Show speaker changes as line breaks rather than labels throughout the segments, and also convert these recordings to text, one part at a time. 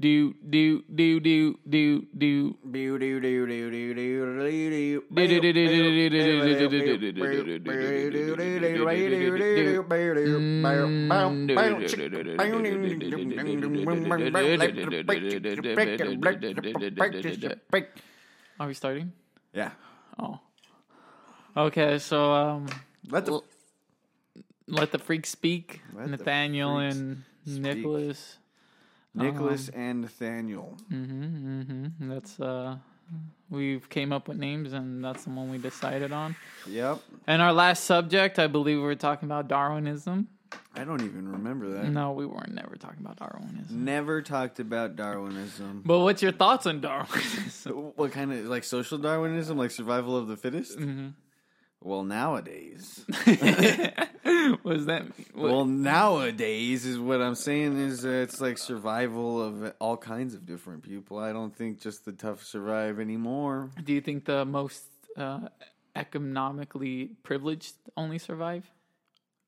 do do do do do do. Are we starting?
Yeah.
Oh. Okay, so um,
Let the
let the freak speak.
Let the
Nathaniel
freaks
and
speak.
Nicholas.
Nicholas and Nathaniel.
Mm-hmm. That's uh, we've came up with names, and that's the one we decided on.
Yep.
And our last subject, I believe, we were talking about Darwinism.
I don't even remember that.
No, we weren't never talking about Darwinism.
Never talked about Darwinism.
But what's your thoughts on Darwinism?
What kind of like social Darwinism, like survival of the fittest? Mm-hmm. Well, nowadays,
what does that mean? What-
well, nowadays is what I'm saying is uh, it's like survival of all kinds of different people. I don't think just the tough survive anymore.
do you think the most uh, economically privileged only survive?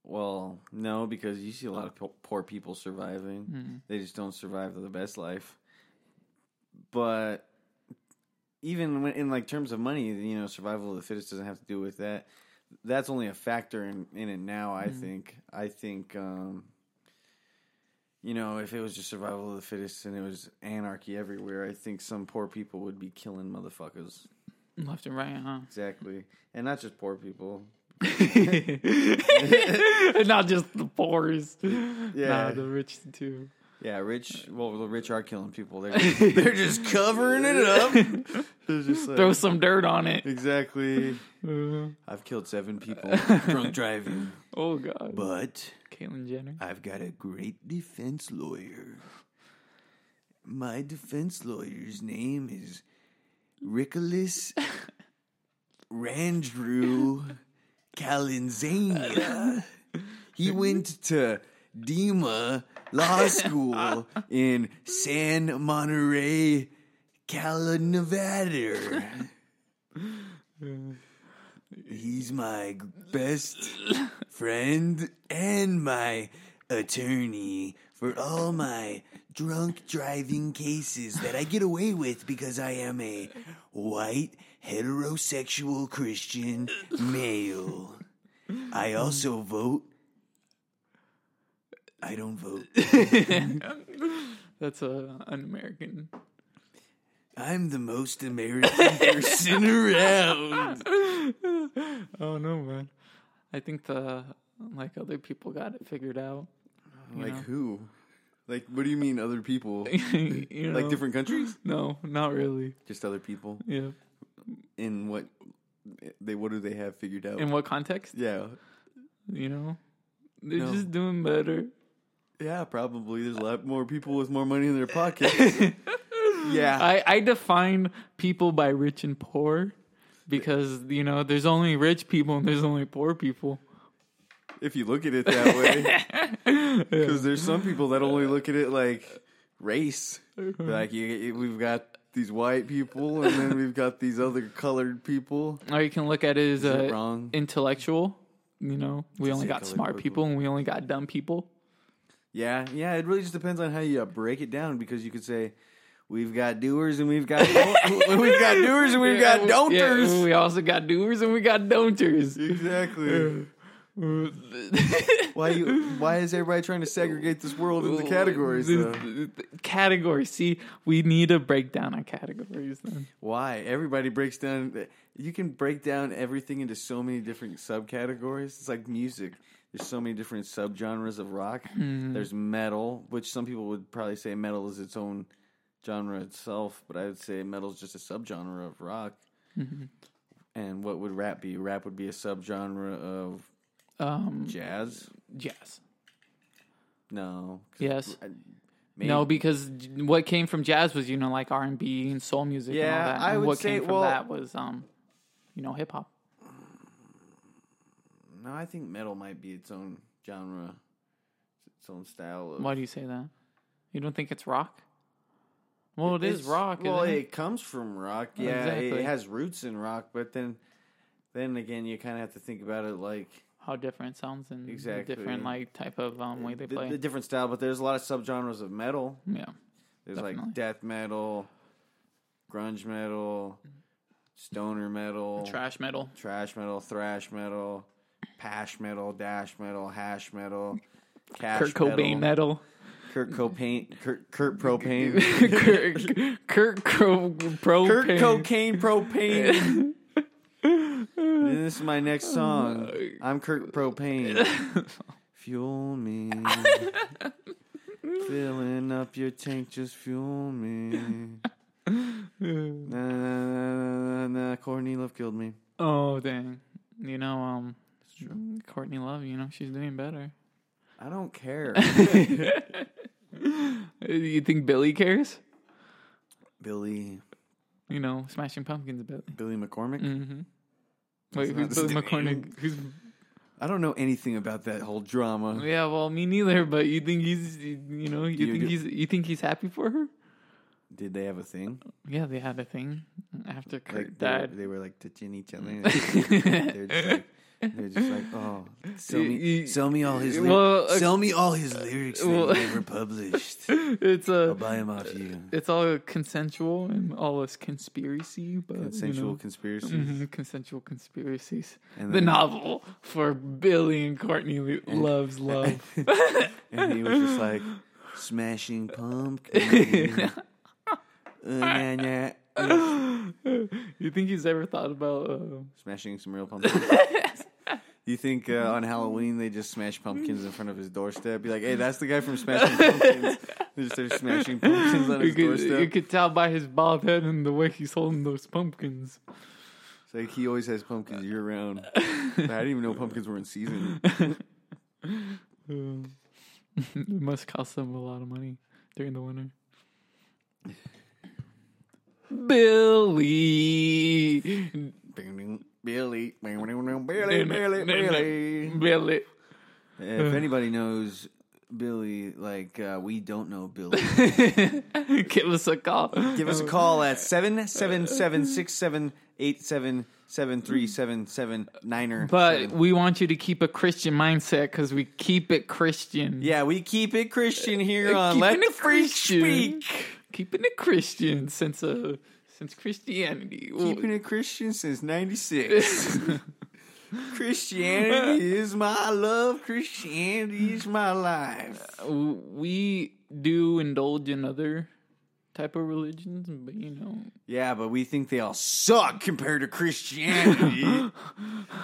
Well, no, because you see a lot of po- poor people surviving. They just don't survive the best life. But even when, in like terms of money, you know, survival of the fittest doesn't have to do with that. That's only a factor in, in it now. I think. I think. Um, you know, if it was just survival of the fittest and it was anarchy everywhere, I think some poor people would be killing motherfuckers.
Left and right, huh?
Exactly, and not just poor people.
Not just the poorest.
Yeah.
Nah, the rich too.
Yeah, rich. Well, the rich are killing people. They're just, they're just covering it up. They're just like-
Throw some dirt on it.
exactly. I've killed seven people drunk driving,
Oh god.
but
Caitlyn Jenner.
I've got a great defense lawyer. My defense lawyer's name is Rickolas Randrew Calanzania. He went to Dima Law School in San Monterey, Cala, Nevada. He's my best friend and my attorney for all my drunk driving cases that I get away with because I am a white heterosexual Christian male. I also vote. I don't vote.
That's a an American.
I'm the most American person around.
Oh no, man. I think the like other people got it figured out.
Like who? Like what do you mean other people?
You know?
countries?
No, not really.
Just other people.
Yeah.
in what they what do they have figured out?
In what context?
yeah,
You know? They're
No.
just doing better.
yeah, probably. There's a lot more people with more money in their pockets. yeah,
I, I define people by rich and poor because you know there's only rich people and there's only poor people.
if you look at it that way, because there's some people that only look at it like race.
Uh-huh.
Like you, you- we've got these white people, and then we've got these other colored people.
Or you can look at it as
it
uh,
wrong?
intellectual. You know, we only
it
got
colored
smart
purple?
people and we only got dumb people.
Yeah, yeah. It really just depends on how you uh, break it down, because you could say. We've got doers and we've got don't- we've got doers and we've got
Yeah,
don'ters.
yeah, we also got doers and we got don'ters. uh,
Exactly. why you? Why is everybody trying to segregate this world into categories? Though?
Categories. See, we need to break down our categories then.
Why everybody breaks down? You can break down everything into so many different subcategories. It's like music. There's so many different subgenres of rock.
Mm-hmm.
There's metal, which some people would probably say metal is its own genre itself, but I would say metal is just a subgenre of rock.
Mm-hmm.
And what would rap be? Rap would be a subgenre of
Um,
jazz.
yes.
No. 'cause
Yes.
I-
No, because j- what came from jazz was you know like R and B and soul music. and all
Yeah,
that.
I
and
would
what
say-
came from
well-
that was um, you know, hip hop.
No, I think metal might be its own genre, its own style. Of,
Why do you say that? You don't think it's rock? Well, it is
It's-
rock.
Well,
isn't it?
it comes from rock. Yeah, it-
Exactly.
it has roots in rock, but then, then again, you kind of have to think about it like
how different it sounds and the
Exactly.
different like type of um way they
the,
play.
the different style. But there's a lot of subgenres of metal.
yeah,
There's
Definitely.
like death metal, grunge metal, stoner metal,
Trash metal.
trash metal, thrash metal, pash metal, dash metal, hash metal, cash
Kurt Cobain
metal,
metal.
Kurt Cobain, Kurt, Kurt propane,
Kurt, Kurt Cro- Propane.
Kurt cocaine propane. And this is my next song. I'm Kurt Propane. Fuel me. Filling up your tank, just fuel me. Nah, nah, nah, nah, nah, nah. Courtney Love killed me.
Oh dang! You know, um, Courtney Love. You know, she's doing better.
I don't care.
You think Billy cares?
Billy,
You know, Smashing Pumpkins, Billy.
Billy McCormick.
Mm-hmm. Wait,
not
who's
his
Billy
name.
McCormick? Who's
I don't know anything about that whole drama.
yeah? Well, me neither. But you think he's, you know, you,
You
think
do-
he's, you think he's happy for her?
Did they have a thing?
Yeah, they had a thing after Kurt
Like they were,
died.
they were like touching each other. they're, just like, they're just like, oh, sell
You-
me, sell me all his, lyri-
Well, uh,
sell me all his lyrics that
well-
he ever published.
it's
I'll
a,
buy him off you.
it's all consensual and all this conspiracy, but
Consensual
you know,
conspiracies.
mhm, consensual conspiracies.
And
the
then-
novel for Billy and Courtney Lo- loves love.
And he was just like, smashing pumpkin. Uh, nah, nah.
you think he's ever thought about? Uh,
Smashing some real pumpkins. You think uh, on Halloween they just smash pumpkins in front of his doorstep? Be like, hey, that's the guy from Smashing Pumpkins. They just start smashing pumpkins on
you
his
could
doorstep.
you could tell by his bald head and the way he's holding those pumpkins.
It's like he always has pumpkins year round. I didn't even know pumpkins were in season.
Uh, it must cost them a lot of money during the winter. Billy,
Billy, Billy, Billy, Billy.
Billy.
If anybody knows Billy, like uh, we don't know Billy,
Give us a call.
give us a call at 777 678
But we want you to keep a Christian mindset because we keep it Christian.
yeah, we keep it Christian here on
Keeping
Let the
it
Freak
Christian.
Speak.
Keeping it Christian since uh since Christianity.
Keeping it Christian since 96. Christianity is my love. Christianity is my life.
we do indulge in other type of religions, but you know,
Yeah, but we think they all suck compared to Christianity.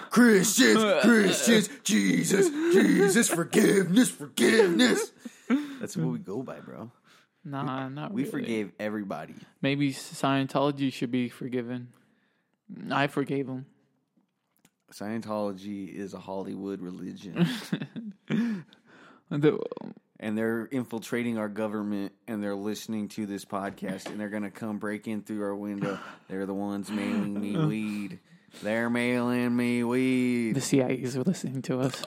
Christians, Christians, Jesus, Jesus, forgiveness, forgiveness. That's what we go by, bro.
nah, not
We
really.
forgave everybody.
Maybe Scientology should be forgiven. I forgave him.
Scientology is a Hollywood religion,
The-
and they're infiltrating our government, and they're listening to this podcast, and they're gonna come break in through our window. They're the ones mailing me weed. They're mailing me weed.
the CIA's are listening to us.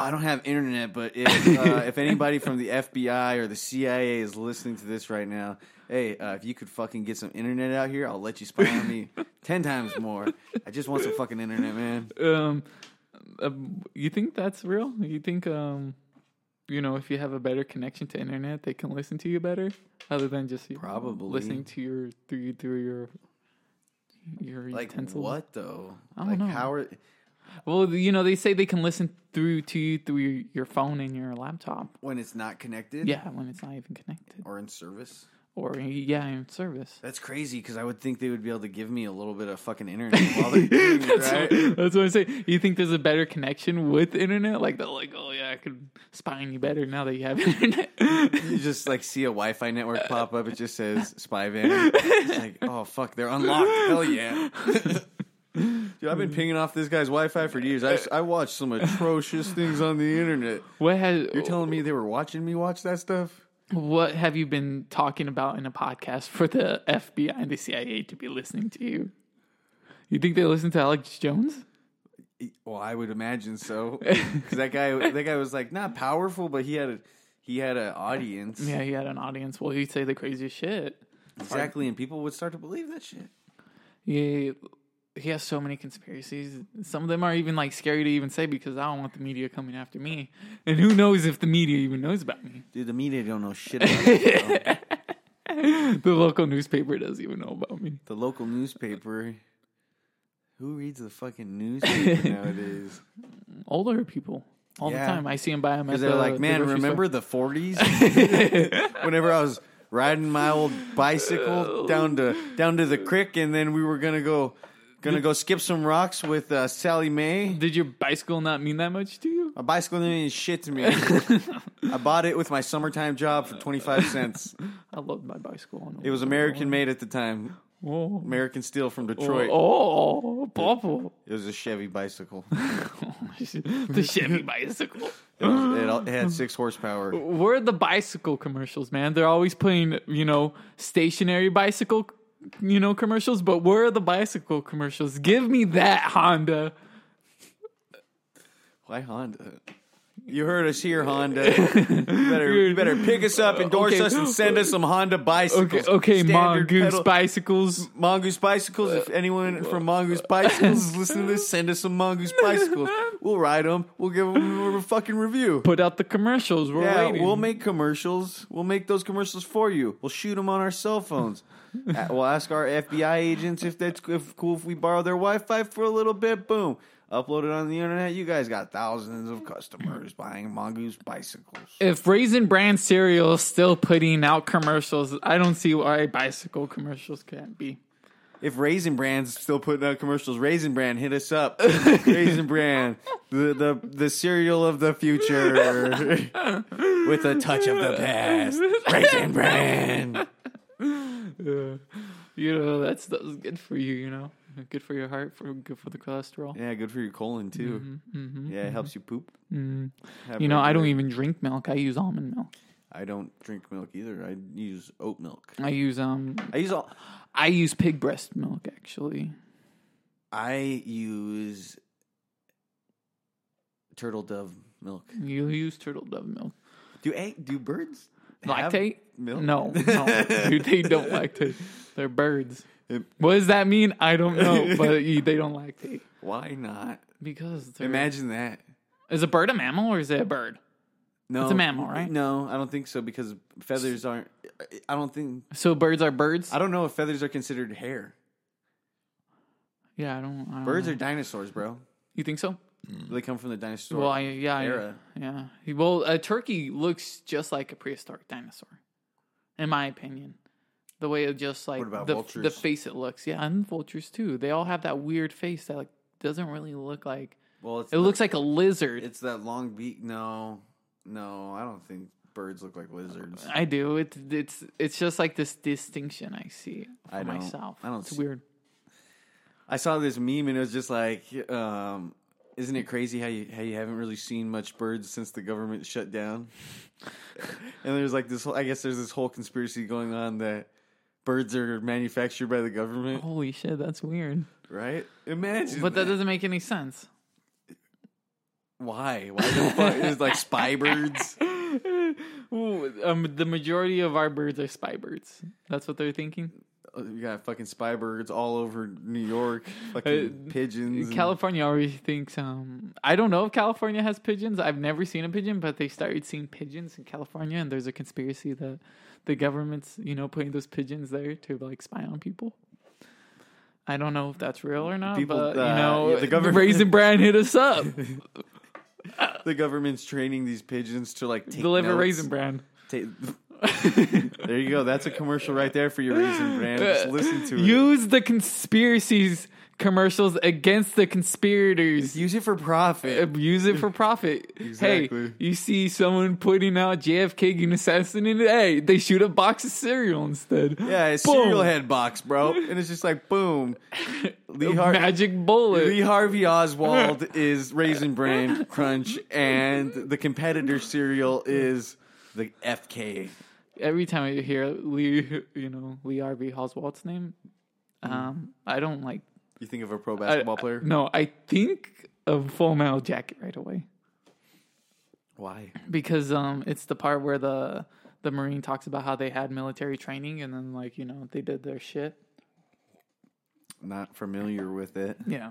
I don't have internet, but if uh, if anybody from the FBI or the CIA is listening to this right now, hey, uh, if you could fucking get some internet out here, I'll let you spy on me ten times more. I just want some fucking internet, man.
Um, um, you think that's real? You think um, you know, if you have a better connection to internet, they can listen to you better, other than just you know,
Probably.
listening to your through through your your
Like
utensils.
what though?
don't
like
know.
how are
Well, you know, they say they can listen through to you through your, your phone and your laptop.
when it's not connected?
Yeah, when it's not even connected,
or in service.
or yeah, in service.
That's crazy because I would think they would be able to give me a little bit of fucking internet while they're doing it, right?
That's what I'm saying. You think there's a better connection with internet? Like they're like, oh yeah, I could spy on you better now that you have internet.
You just like see a Wi-Fi network pop up. It just says spy van. It's like, oh fuck, they're unlocked. Hell yeah. Dude, I've been pinging off this guy's Wi-Fi for years. I, I watched some atrocious things on the internet.
what has
You're telling me they were watching me watch that stuff?
What have you been talking about in a podcast for the FBI and the CIA to be listening to you? You think they listen to Alex Jones?
Well, I would imagine so. Because that guy, that guy was like not powerful, but he had a he had an audience
Yeah, he had an audience. Well, he'd say the craziest shit.
exactly, and people would start to believe that shit.
He, he has so many conspiracies. Some of them are even like scary to even say because I don't want the media coming after me. And who knows if the media even knows about me?
Dude, the media don't know shit about it.
the local newspaper doesn't even know about me.
The local newspaper. Who reads the fucking newspaper nowadays?
Older people all
Yeah.
the time. I see them by them at
Because they're
the-
like,
the
man,
grocery store."
remember the 40s? Whenever I was riding my old bicycle down to down to the creek, and then we were gonna go gonna go skip some rocks with uh, Sally Mae.
Did your bicycle not mean that much to you?
My bicycle didn't mean shit to me. I bought it with my summertime job for twenty five cents.
I loved my bicycle.
It was American made at the time,
Oh,
American steel from Detroit.
oh, awful.
It was a Chevy bicycle.
the Chevy bicycle.
It, was- it all- it had six horsepower.
Where are the bicycle commercials, man? They're always playing, you know, stationary bicycle, you know, commercials. But where are the bicycle commercials? Give me that Honda.
Why Honda? You heard us here, Honda. you, better, you better pick us up, endorse
Uh, Okay.
us, and send us some Honda bicycles.
Okay, okay,
Standard
mongoose
pedal-
bicycles.
Mongoose bicycles. If anyone from Mongoose Bicycles is listening to this, send us some Mongoose bicycles. We'll ride them. We'll give them a fucking review.
Put out the commercials. We're
Yeah,
waiting.
we'll make commercials. We'll make those commercials for you. We'll shoot them on our cell phones. Uh, we'll ask our FBI agents if that's if cool if we borrow their Wi-Fi for a little bit. Boom, upload it on the internet. You guys got thousands of customers buying Mongoose bicycles.
if Raisin Bran cereal is still putting out commercials, I don't see why bicycle commercials can't be.
If Raisin Brand's still putting out commercials, Raisin Brand, hit us up. Raisin Brand, the the the cereal of the future, with a touch of the past. Raisin Brand.
Uh, you know, that's that's good for you. You know, good for your heart, for good for the cholesterol.
Yeah, good for your colon too.
Mm-hmm,
yeah, it helps you poop. Have
Mm. You know, I don't
regular-
even drink milk. I use almond milk.
I don't drink milk either. I use oat milk.
I use um,
I use all.
I use pig breast milk actually.
I use turtle dove milk.
You use turtle dove milk.
Do egg? Do birds have
Lactate?
milk?
No, no, dude, they don't lactate. They're birds.
It-
What does that mean? I don't know, but you- they don't lactate
Why not?
because they're-
Imagine that.
is a bird a mammal or is it a bird?
No,
It's a mammal, right?
No, I don't think so because feathers aren't. I don't think.
So birds are birds.
I don't know if feathers are considered hair.
yeah, I don't. I don't
Birds
know.
are dinosaurs, bro.
You think so?
They come from the dinosaur.
Mm. Well, I, yeah, I-
era.
yeah. Well, a turkey looks just like a prehistoric dinosaur, in my opinion. The way it just like
about
the the
vultures?
face it looks, yeah, and vultures too. They all have that weird face that like doesn't really look like.
well, it's
It looks like a lizard.
It's that long beak. No, no, I don't think birds look like lizards.
I do. It's it's it's just like this distinction I see for
I don't-
myself.
I don't
It's
see-
weird.
I saw this meme and it was just like, um, isn't it crazy how you how you haven't really seen much birds since the government shut down? and there's like this whole. I guess there's this whole conspiracy going on that birds are manufactured by the government,
Holy shit, that's weird.
right? Imagine,
But that doesn't make any sense.
why? Why the fuck is like spy birds?
Ooh, um, the majority of our birds are spy birds. That's what they're thinking.
You got fucking spy birds all over New York. Fucking pigeons. and-
Uh, California already thinks. Um, I don't know if California has pigeons. I've never seen a pigeon, but they started seeing pigeons in California, and there's a conspiracy that the government's, you know, putting those pigeons there to like spy on people. I don't know if that's real or not,
People,
but
uh,
you know,
yeah, the
the
government-
government Raisin Bran hit us up,
the government's training these pigeons to like take
deliver
notes.
Raisin Bran.
Ta- there you go. That's a commercial right there for your reason, brand. Just listen to it.
Use the conspiracies commercials against the conspirators.
use it for profit.
abuse it for profit.
Exactly.
Hey, you see someone putting out JFK getting assassinated. Hey, they shoot a box of cereal instead.
Yeah, it's
Boom.
cereal head box, bro. And it's just like boom. Lee, Har-
Magic bullet.
Lee Harvey Oswald is Raisin Bran Crunch, and the competitor cereal is the FK.
Every time I hear Lee, you know Lee Harvey Oswald's name, um, I don't like
You think of Mm-hmm. a pro
I-
basketball player?
No, I think of Full Metal Jacket right away
Why?
because um, it's the part where the the Marine talks about how they had military training and then like you know they did their shit.
Not familiar with it.
Yeah.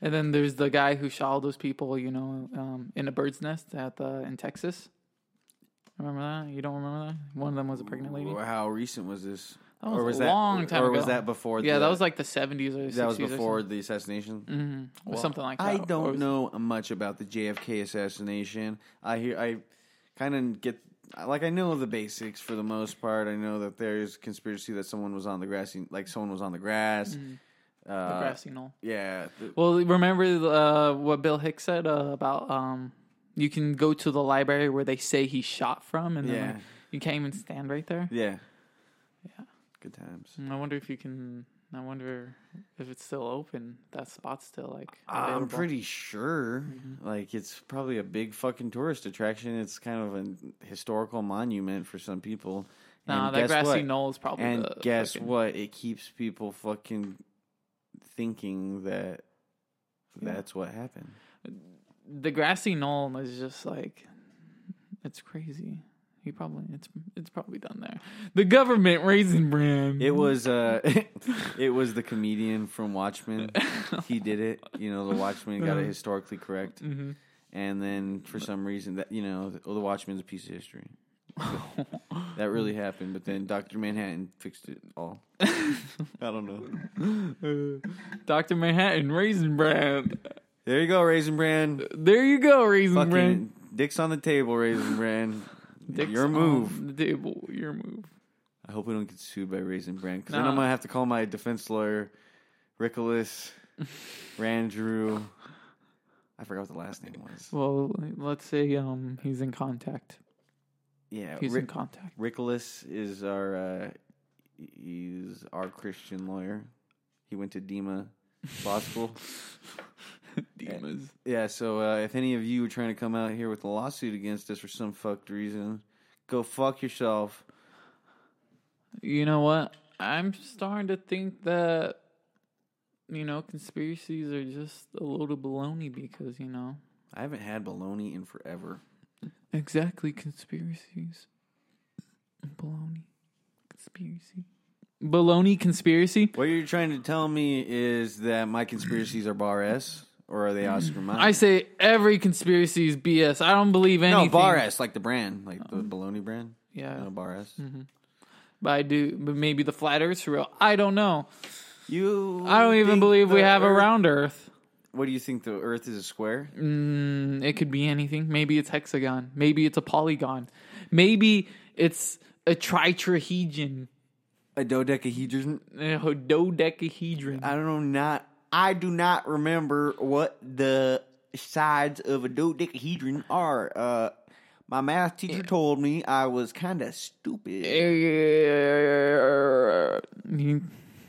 And then there's the guy who shot all those people, you know, um, in a bird's nest at the in Texas. Remember that? You don't remember that? One of them was a pregnant lady.
How recent was this?
That was a long time
or was
ago.
that before?
Yeah,
the,
that was like the seventies or 60s
that was
or
before the assassination.
mm-hmm.
Well,
something like that.
I
Or
don't
was-
know much about the JFK assassination. I hear I kind of get like I know the basics for the most part. I know that there's conspiracy that someone was on the grassy, like someone was on the grass. Uh,
Mm-hmm. the grassy knoll.
Yeah, th-
Well, remember uh, what Bill Hicks said uh, about um, you can go to the library where they say he shot from, and then
yeah,
like, you can't even stand right there.
yeah,
Yeah.
Good times.
Mm, I wonder if you can. I wonder if it's still open. That spot's still like.
I'm
available. Mm-hmm.
pretty sure. Like it's probably a big fucking tourist attraction. It's kind of a historical monument for some people.
Nah,
And
that
guess
grassy
what?
knoll is probably.
And
the
guess
fucking-
what? It keeps people fucking thinking that
Yeah.
that's what happened.
The grassy knoll is just like, it's crazy. He probably it's it's probably done there. The government raisin brand.
It was uh it was the comedian from Watchmen. He did it. You know, the Watchmen got
Uh-huh.
it historically correct.
hmm
And then for some reason that you know, the, the Watchmen's a piece of history. That really happened, but then Dr. Manhattan fixed it all. I don't know.
Doctor Manhattan raisin brand.
There you go, Raisin Brand.
There you go, raisin
Fucking
brand.
dicks on the table, Raisin Brand.
Dick's
Your
on
move.
the table. Your move.
I hope we don't get sued by Raisin Brand because then
Nah.
I'm gonna have to call my defense lawyer, Rickolas, Randrew. I forgot what the last name was.
Well, let's say um he's in contact.
Yeah,
He's in
Rick,
contact.
Rickolas is our uh, he's our Christian lawyer. He went to Dema Law School.
Demons.
Yeah, so uh, if any of you are trying to come out here with a lawsuit against us for some fucked reason, go fuck yourself.
You know what? I'm starting to think that you know conspiracies are just a load of baloney because you know
I haven't had bologna in forever.
exactly conspiracies, baloney, conspiracy, baloney conspiracy.
What you're trying to tell me is that my conspiracies are bar S, or are they Oscar Mayer?
I say every conspiracy is BS. I don't believe anything. Um,
no bar S, like the brand, like the bologna brand.
Yeah,
No bar S.
mm-hmm. but I do. But maybe the flat Earth's for real. I don't know.
You,
I don't even
think
believe we
the
have a
Earth-
round Earth.
What do you think? The Earth is a square.
Mm, it could be anything. Maybe it's hexagon. Maybe it's a polygon. Maybe it's a tritrahegon,
A dodecahedron.
a dodecahedron.
I don't not. I do not remember what the sides of a dodecahedron are. Uh, my math teacher told me I was kind of stupid.
You-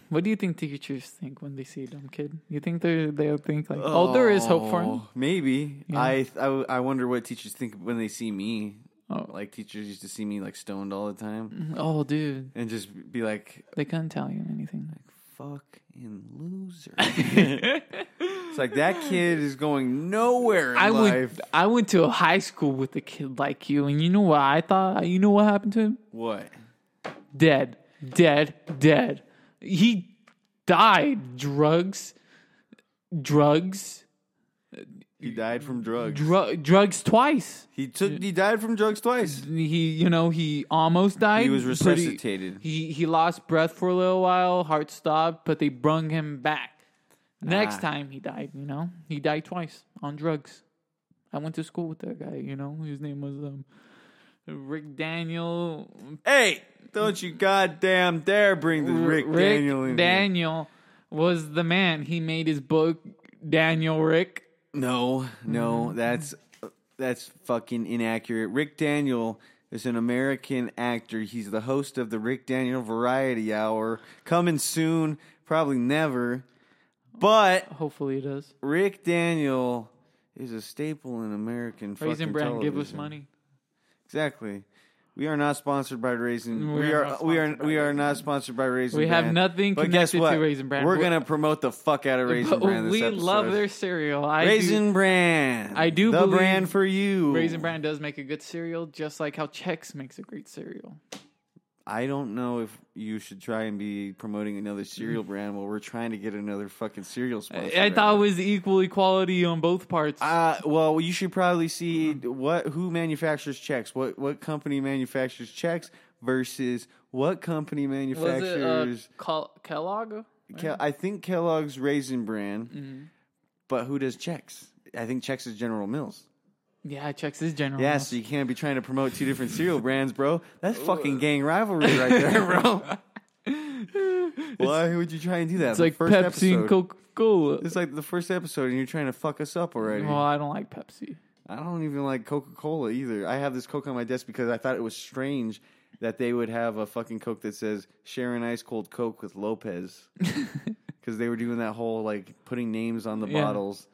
What do you think teachers think when they see a dumb kid? You think they they think like, oh, there is hope for him.
Maybe I, I I wonder what teachers think when they see me.
Oh.
Like teachers used to see me like stoned all the time
Oh, dude,
and just be like,
they couldn't tell you anything.
"Fucking loser." it's like that kid is going nowhere in
I
life.
went I went to a high school with a kid like you, and you know what I thought? You know what happened to him?
What?
dead, dead, dead. He died. Drugs, drugs,
He died from drugs.
dru- drugs twice.
He took. He died from drugs twice.
He, you know, he almost died.
He was
Pretty-
resuscitated.
he he lost breath for a little while. Heart stopped, but they brung him back. Next
Ah.
time he died, you know, he died twice on drugs. I went to school with that guy. You know, his name was um, Rick Daniel.
Hey, don't you goddamn dare bring the Rick, Daniel in. here.
Uh, Daniel was the man. He made his book Daniel Rick.
No, no,
Mm-hmm.
that's that's fucking inaccurate. Rick Daniel is an American actor. He's the host of the Rick Daniel Variety Hour, coming soon, probably never. But
Hopefully it does.
Rick Daniel is a staple in American
Raisin
fucking
Bran, give us
television.
money.
Exactly. We are not sponsored by Raisin.
We
We
are
are
not
we are
sponsored by
we are
Raisin
not sponsored by Raisin.
We have
Bran.
nothing
but guess
connected
what?
to Raisin Bran.
We're
We're-
gonna promote the fuck out of Raisin
But
Bran. This
we love
episode.
their cereal. I
Raisin Bran.
I do
the
believe
brand for you.
do, Raisin Bran does make a good cereal, just like how Chex makes a great cereal.
I don't know if you should try and be promoting another cereal brand while we're trying to get another fucking cereal
I,
sponsor.
I
right
thought it
now.
was equal equality on both parts.
Uh, well, you should probably see what who manufactures checks. What what company manufactures checks versus what company
was it uh,
manufactures?
Kel- Kellogg?
Ke- I think Kellogg's Raisin Bran,
Mm-hmm.
but who does checks? I think checks is General Mills.
Yeah, checks is general.
Yeah,
Mills.
so you can't be trying to promote two different cereal brands, bro. That's fucking gang rivalry right there, bro. Why would you try and do that?
it's like Pepsi and Coca Cola.
It's like the first episode, and you're trying to fuck us up already.
Well, I don't like Pepsi.
I don't even like Coca Cola either. I have this Coke on my desk because I thought it was strange that they would have a fucking Coke that says Sharon Ice Cold Coke with Lopez because they were doing that whole like putting names on the
Yeah.
bottles.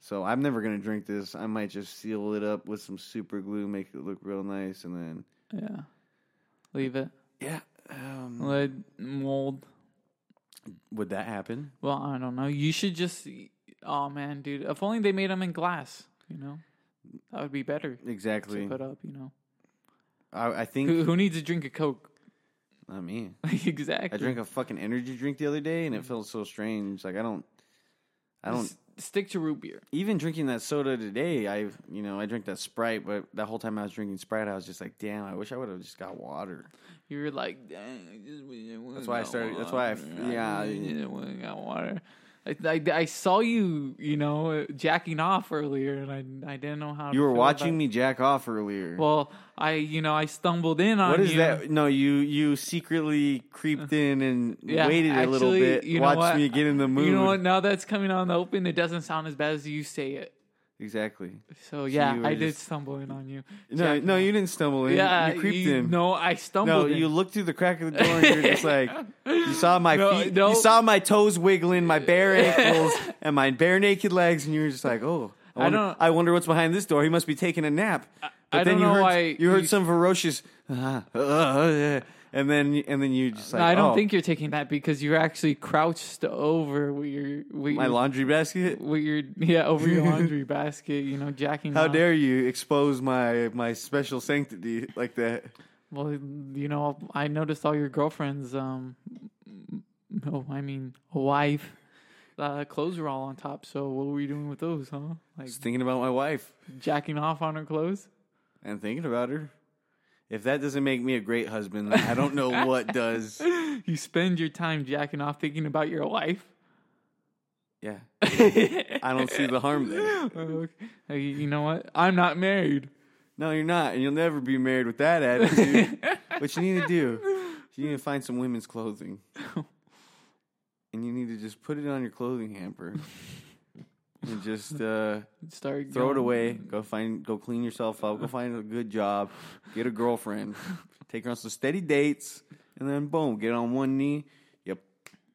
So I'm never gonna drink this. I might just seal it up with some super glue, make it look real nice, and then
Yeah, leave it.
yeah. Um,
Let mold.
would that happen?
Well, I don't know. You should just. Oh man, dude. If only they made them in glass. You know, that would be better to
Exactly.
put up. You know,
I, I
who,
think
who needs to drink a Coke?
not me.
exactly.
I drank a fucking energy drink the other day, and it felt so strange. Like I don't, I don't.
S- stick to root beer.
even drinking that soda today, I you know I drank that Sprite, but that whole time I was drinking Sprite, I was just like, damn, I wish I would have just got water.
You're like, dang. I just wish I would've
why I
got
started- that's why I-
water.
yeah,
I, just wish I
I-
would've got water. I, I, I saw you, you know, jacking off earlier, and I I didn't know how.
You
to
were
feel
watching
about-
me jack off earlier.
Well, I you know I stumbled in on
what is
you.
that? No, you you secretly creeped in and
Yeah,
waited a little
actually,
bit,
you know
watched
what?
me get in the mood.
You know what? Now that's coming on the open, it doesn't sound as bad as you say it.
Exactly.
So yeah,
you were
I did
just-
stumble in on you.
No,
Jack-
no, you didn't stumble in.
yeah,
you creeped
you-
in.
No, I stumbled.
No,
in.
you looked through the crack of the door and you're just like, you saw my
No,
feet,
no.
you saw my toes wiggling, my bare ankles, and my bare naked legs, and you were just like, oh, I
I
wonder, I
don't-
wonder what's behind this door. He must be taking a nap. But
I
then
don't
you
know
heard,
why
you heard
you-
some ferocious, "Ah, uh, uh, yeah," and then and then you just like,
No, I don't
oh,
think you're taking that because you're actually crouched over with your with
my
your,
laundry basket.
with your yeah over your laundry basket. You know, jacking.
How
off.
dare you expose my my special sanctity like that?
Well, you know, I noticed all your girlfriends. Um, no, I mean wife. Uh, clothes were all on top. So what were you doing with those, huh? Like
Just thinking about my wife
jacking off on her clothes.
and thinking about her. If that doesn't make me a great husband, I don't know what does.
You spend your time jacking off thinking about your wife.
Yeah. I don't see the harm there.
Okay. Hey, You know what? I'm not married.
No, you're not, and you'll never be married with that attitude. what you need to do is you need to find some women's clothing. And you need to just put it on your clothing hamper. And just uh,
Start
throw it
going-
away. Go find go clean yourself up, go find a good job, get a girlfriend, take her on some steady dates, and then boom, get on one knee, you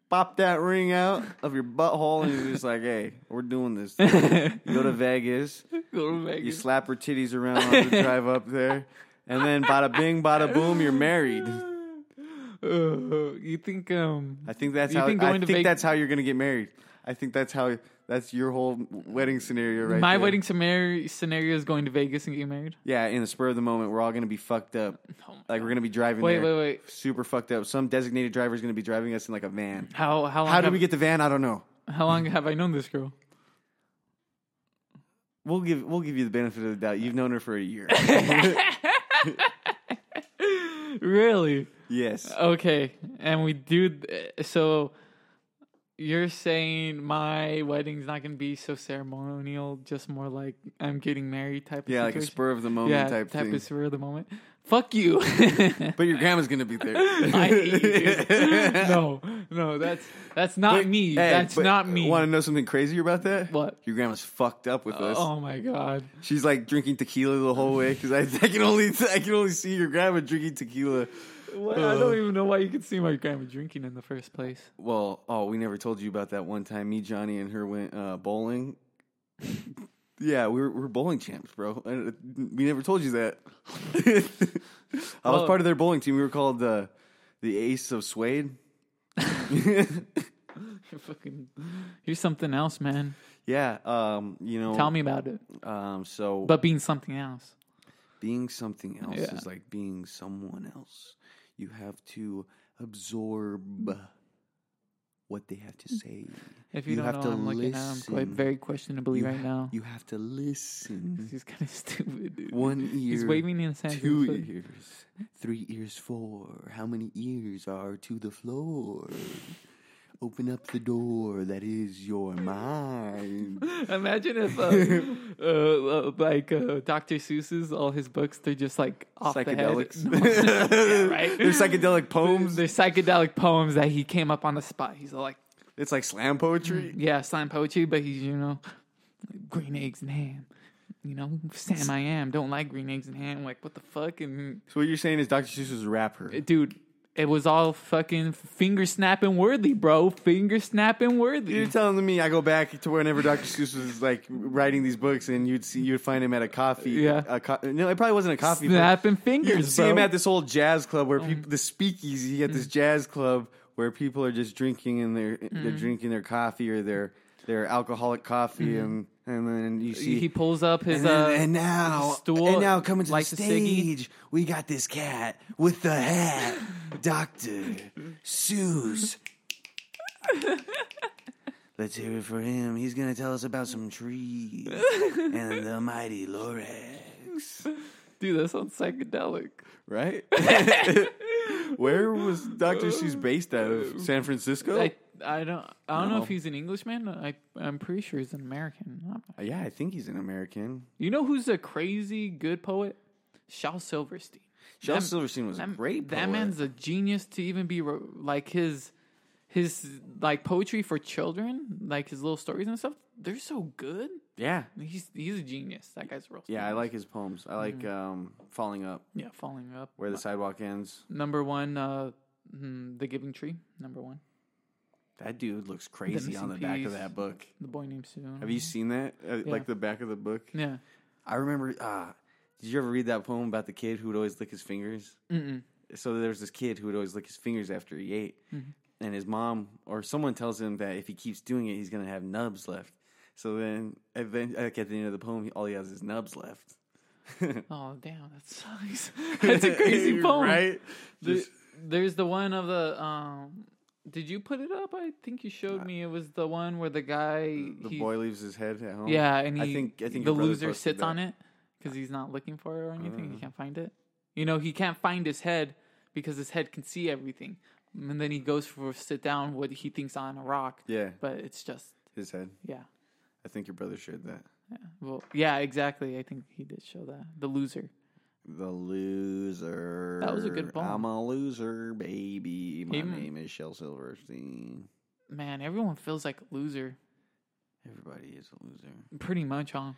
pop that ring out of your butthole and you're just like, Hey, we're doing this. You go to Vegas,
Go to
You
Vegas.
slap her titties around on the drive up there, and then bada bing, bada boom, you're married.
Uh, you think um
I think that's
You
how.
think
I
going to
think
Vegas-
that's how you're gonna get married. I think that's how. That's your whole wedding scenario, right?
my
there.
wedding scenario scenario is going to Vegas and getting married?
Yeah, in the spur of the moment, we're all gonna be fucked up.
Oh my-
Like we're gonna be driving.
Wait,
there,
wait, wait.
Super fucked up. Some designated driver is gonna be driving us in like a van.
How how long
How did
have,
we get the van? I don't know.
how long have I known this girl?
We'll give we'll give you the benefit of the doubt. You've known her for a year.
Really?
yes.
Oh, Okay. And we do th- so you're saying my wedding's not going to be so ceremonial, just more like I'm getting married type of
Yeah, like a
situation?
spur of the moment
yeah,
type, thing.
of spur of the moment. Fuck you.
But your grandma's gonna be there.
I hate you. dude. no, no, that's that's not me. that's not me.
Want to know something crazier about that?
What?
Your grandma's fucked up with us.
Oh my god.
She's like drinking tequila the whole way because I, I can only I can only see your grandma drinking tequila.
What? I don't even know why you could see my grandma drinking in the first place.
Well, oh, we never told you about that one time me, Johnny, and her went uh, bowling. yeah, we were, we're bowling champs, bro. And uh, we never told you that. I was
Well-
part of their bowling team. We were called the the Ace of Suede.
You're fucking. You're something else, man.
yeah, um, you know.
Tell me about it.
Um, so
But being something else.
being something else
Yeah.
is like being someone else. You have to absorb what they have to
Mm.
say.
If you, don't know, I'm looking at him quite very questionably
You
right
ha-
now.
You have to listen.
He's kind of stupid, dude.
One ear.
He's waving in his hand.
Two
He's like-
ears, three ears, four. How many ears are to the floor? Open up the door that is your mind.
Imagine if, uh, uh, uh, like, uh, Dr. Seuss's, all his books, they're just like off the head.
Psychedelics.
No. Yeah, right?
They're psychedelic poems.
They're psychedelic poems that he came up on the spot. He's all like,
It's like slam poetry.
yeah, slam poetry, but he's, you know, green eggs and ham. You know, Sam I am. Don't like green eggs and ham. Like, what the fuck? And, uh,
So what you're saying is Dr. Seuss was a rapper.
dude, it was all fucking finger snapping worthy, bro. Finger snapping worthy.
You're telling me I go back to whenever Dr. Seuss was like writing these books, and you'd see you'd find him at a coffee.
Yeah.
a co- no, it probably wasn't a coffee. but
snapping
You'd
fingers,
see
bro. Mm.
him at this old jazz club where people, the speakeasy at this jazz club where people are just drinking and they're
Mm.
they're drinking their coffee or their their alcoholic coffee, and and then you see
Mm-hmm. he pulls up his
and, then-
uh,
and now,
stool,
and now coming to the
lights a ciggy.
stage, we got this cat with the hat, Doctor Seuss. Let's hear it for him. He's gonna tell us about some trees and the mighty Lorax.
dude. That sounds psychedelic.
Right? Where was Doctor Seuss based out of? San Francisco?
I I don't I don't know
No.
if he's an Englishman. I I'm pretty sure he's an American.
Uh, yeah, I think he's an American.
You know who's a crazy good poet? Shel Silverstein.
Shel
That-
Silverstein was a
That,
great.
that
poet.
man's a genius to even be ro- like his his like poetry for children, like his little stories and stuff. They're so good.
Yeah,
He's he's a genius. That guy's real.
yeah. I like his poems. I like
Mm-hmm.
um, falling up.
yeah. Following up
Where the sidewalk ends.
number one, uh, hmm, the Giving Tree. Number one,
That dude looks crazy on the
missing
back
piece.
of that book.
the boy named Sue.
Have you seen that? Uh, Like the back of the book.
Yeah.
I remember. Uh, did you ever read that poem about the kid who would always lick his fingers?
Mm-mm.
So there was this kid who would always lick his fingers after he ate,
Mm-hmm.
and his mom or someone tells him that if he keeps doing it, he's gonna have nubs left. So then, and then like at the end of the poem, all he has is nubs left.
Oh damn, that sucks. That's a crazy poem.
right?
The-
Just-
there's the one of the um. Did you put it up? I think you showed me. It was the one where the guy.
the
he-
boy leaves his head at home.
Yeah, and he,
I think I think
the
your brother
loser
posted
sits
that. Ah.
on it because he's not looking for it or anything. he can't find it. You know, he can't find his head because his head can see everything. And then he goes for sit down what he thinks on a rock,
Yeah,
but it's just
his head.
yeah,
I think your brother shared that.
well, yeah, exactly. I think he did show that the loser.
The loser.
That was a good poem.
I'm a loser, baby. My
Even-
name is Shel Silverstein.
Man, everyone feels like a loser,
Everybody is a loser.
pretty much, huh?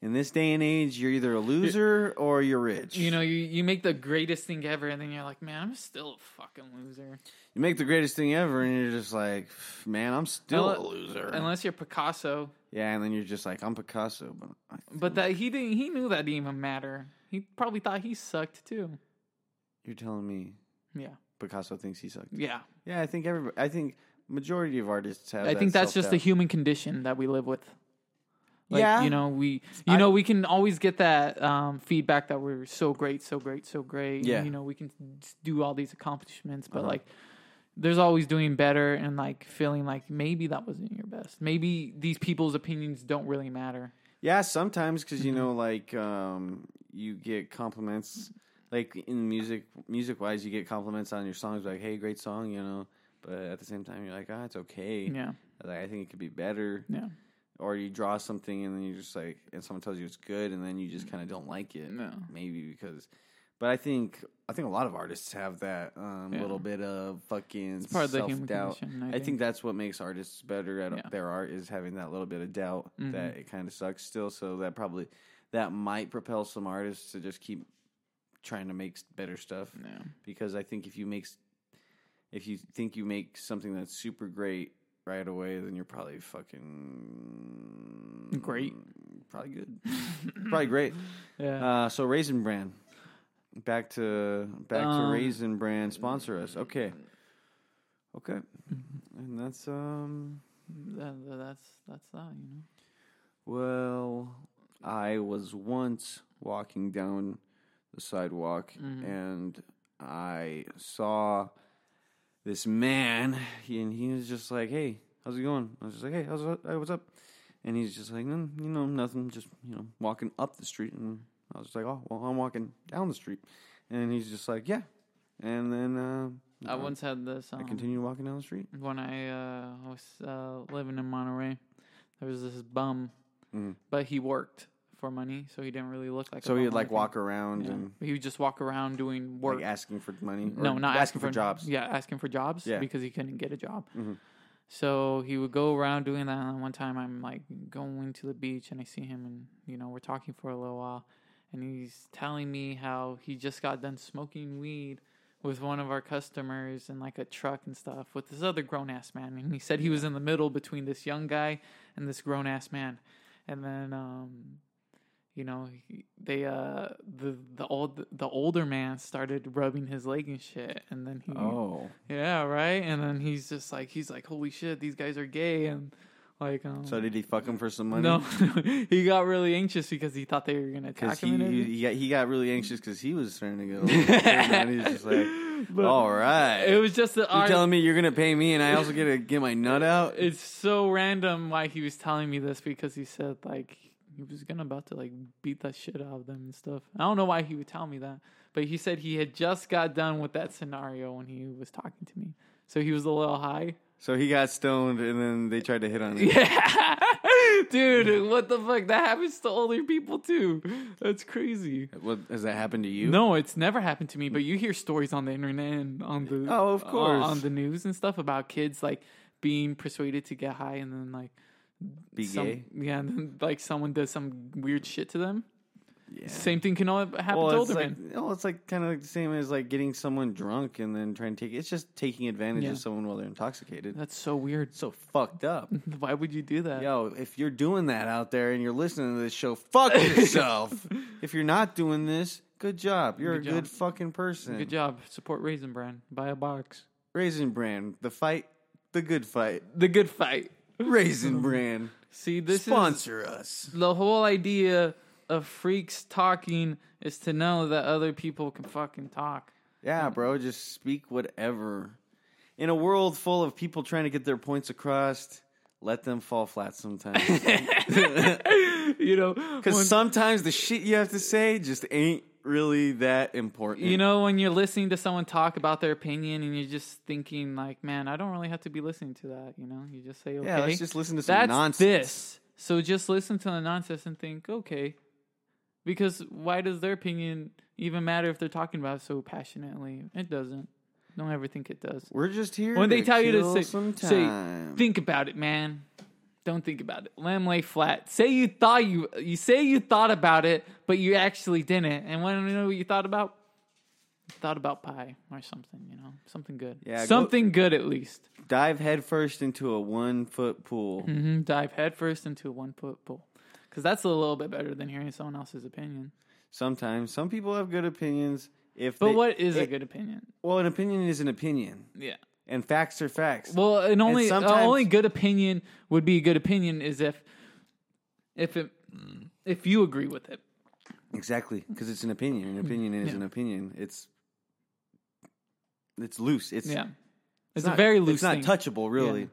In this day and age, you're either a loser or you're rich.
You know, you, you make the greatest thing ever, and then you're like, man, I'm still a fucking loser.
you make the greatest thing ever, and you're just like, man, I'm still
Unle-
a loser.
Unless you're Picasso,
yeah, and then you're just like, I'm Picasso, but I,
but that he didn't. He knew that didn't even matter. He probably thought he sucked too.
you're telling me
Yeah,
Picasso thinks he sucked.
yeah.
Yeah, I think everybody. I think majority of artists have.
I
that
think that's just the
self-doubt.
human condition that we live with. Like,
Yeah.
you know we you
I-
know we can always get that um, feedback that we're so great, so great, so great. and,
Yeah. Uh-huh.
you know we can s- do all these accomplishments, but like there's always doing better and like feeling like maybe that wasn't your best. Maybe these people's opinions don't really matter.
Yeah, sometimes because you know, like um, you get compliments, like in music, music wise, you get compliments on your songs, like "Hey, great song," you know. But at the same time, you're like, "Ah, it's okay."
Yeah,
Like I think it could be better,
yeah.
or you draw something and then you're just like, and someone tells you it's good, and then you just kind of don't like it,
No.
maybe because. But I think I think a lot of artists have that um,
Yeah.
little bit of fucking
It's part of the human
self doubt.
condition. I,
I think that's what makes artists better at
Yeah. Mm-hmm.
their art is having that little bit of doubt that it kind of sucks still. So that probably that might propel some artists to just keep trying to make s- better stuff
Yeah.
because I think if you make s- if you think you make something that's super great right away, then you're probably fucking
Great.
probably good, probably great.
Yeah.
Uh, so Raisin Bran, back to back to
Um,
Raisin Bran sponsor us. Okay, okay, and that's um.
Th- th- that's that's that. You know.
Well,
Mm-hmm.
I was once walking down the sidewalk and I saw this man, he, and he was just like, "Hey, how's it going?" I was just like, "Hey, how's hey, what's up?" And he's just like, mm, "You know, nothing. Just you know, walking up the street." And I was just like, "Oh, well, I'm walking down the street," and he's just like, "Yeah." And then uh,
I once had this.
I
Um,
continued walking down the street.
when I uh, was uh, living in Monterey, there was this bum,
Mhm.
but he worked for money, Mm-hmm. so he didn't really look like.
So
a
he'd
bum or
like
anything.
walk around
Yeah.
and
He would just walk around doing work.
like asking for money. or
no, not
asking for, jobs.
Yeah, asking for jobs
Yeah.
because he couldn't get a job.
Mhm.
So he would go around doing that. And one time, I'm like going to the beach, and I see him, and you know, we're talking for a little while, and he's telling me how he just got done smoking weed with one of our customers in like a truck and stuff with this other grown ass man, and he said he was in the middle between this young guy and this grown ass man, and then um, you know he, they uh the the old the older man started rubbing his leg and shit and then he
Oh,
yeah right and then he's just like he's like holy shit these guys are gay and like um
so did he fuck him for some money?
no he got really anxious because he thought they were gonna attack
because
him and
he, he,
everything.
he got, he got really anxious because he was starting to go, and he's just like,
But
all right.
it was just the
You're
art-
telling me you're gonna pay me, and I also get to get my nut out.
it's so random why he was telling me this because he said like he was gonna about to like beat that shit out of them and stuff. I don't know why he would tell me that, but he said he had just got done with that scenario when he was talking to me. So he was a little high.
So he got stoned, and then they tried to hit on him.
Yeah, dude, what the fuck? That happens to older people too. That's crazy.
What has that happened to you?
No, it's never happened to me, but you hear stories on the internet and on the
Oh, of
uh,
course.
on the news and stuff about kids like being persuaded to get high and then like
be
some-
gay.
Yeah, and then like someone does some weird shit to them.
Yeah.
Same thing can all happen
Well,
to
it's
older
like,
men.
well, it's like kind of like the same as like getting someone drunk and then trying to take. It's just taking advantage
Yeah. Uh,
of someone while they're intoxicated.
That's so weird.
It's so fucked up.
Why would you do that?
Yo, if you're doing that out there and you're listening to this show, fuck yourself. if you're not doing this, good job. You're
Good
a
job.
good fucking person.
Good job. Support Raisin Bran. Buy a box.
Raisin Bran, the fight, the good fight.
The good fight.
Raisin Bran,
See, this
sponsor us.
is the whole idea of freaks talking is to know that other people can fucking talk.
Yeah, bro, just speak whatever. In a world full of people trying to get their points across, let them fall flat sometimes.
you know, when-
Because sometimes the shit you have to say just ain't really that important.
you know when you're listening to someone talk about their opinion and you're just thinking like, man, I don't really have to be listening to that. You know, you just say, okay,
yeah, let's just listen to some
that's
nonsense.
this. So just listen to the nonsense and think, okay, because why does their opinion even matter if they're talking about it so passionately? It doesn't. Don't ever think it does.
We're just here
When
to
they tell you to
kill
say,
some
say,
time.
think about it, man. Don't think about it. Lamb lay flat. Say you thought you you say you thought about it, but you actually didn't. And when you know what you thought about, You thought about pie or something. You know, something good.
Yeah, go-
something good at least.
dive headfirst into a one foot pool.
hmm Dive headfirst into a one foot pool. Because that's a little bit better than hearing someone else's opinion.
Sometimes some people have good opinions. If
But
they-
what is a
it-
good opinion?
Well, an opinion is an opinion,
Yeah.
and facts are facts.
Well, an only a
sometimes-
only good opinion would be a good opinion is if if it if you agree with it.
Exactly, because it's an opinion. An opinion is
Yeah.
an opinion. It's it's loose. It's
Yeah. It's,
not-
a very loose
It's not
thing.
touchable, really.
Yeah.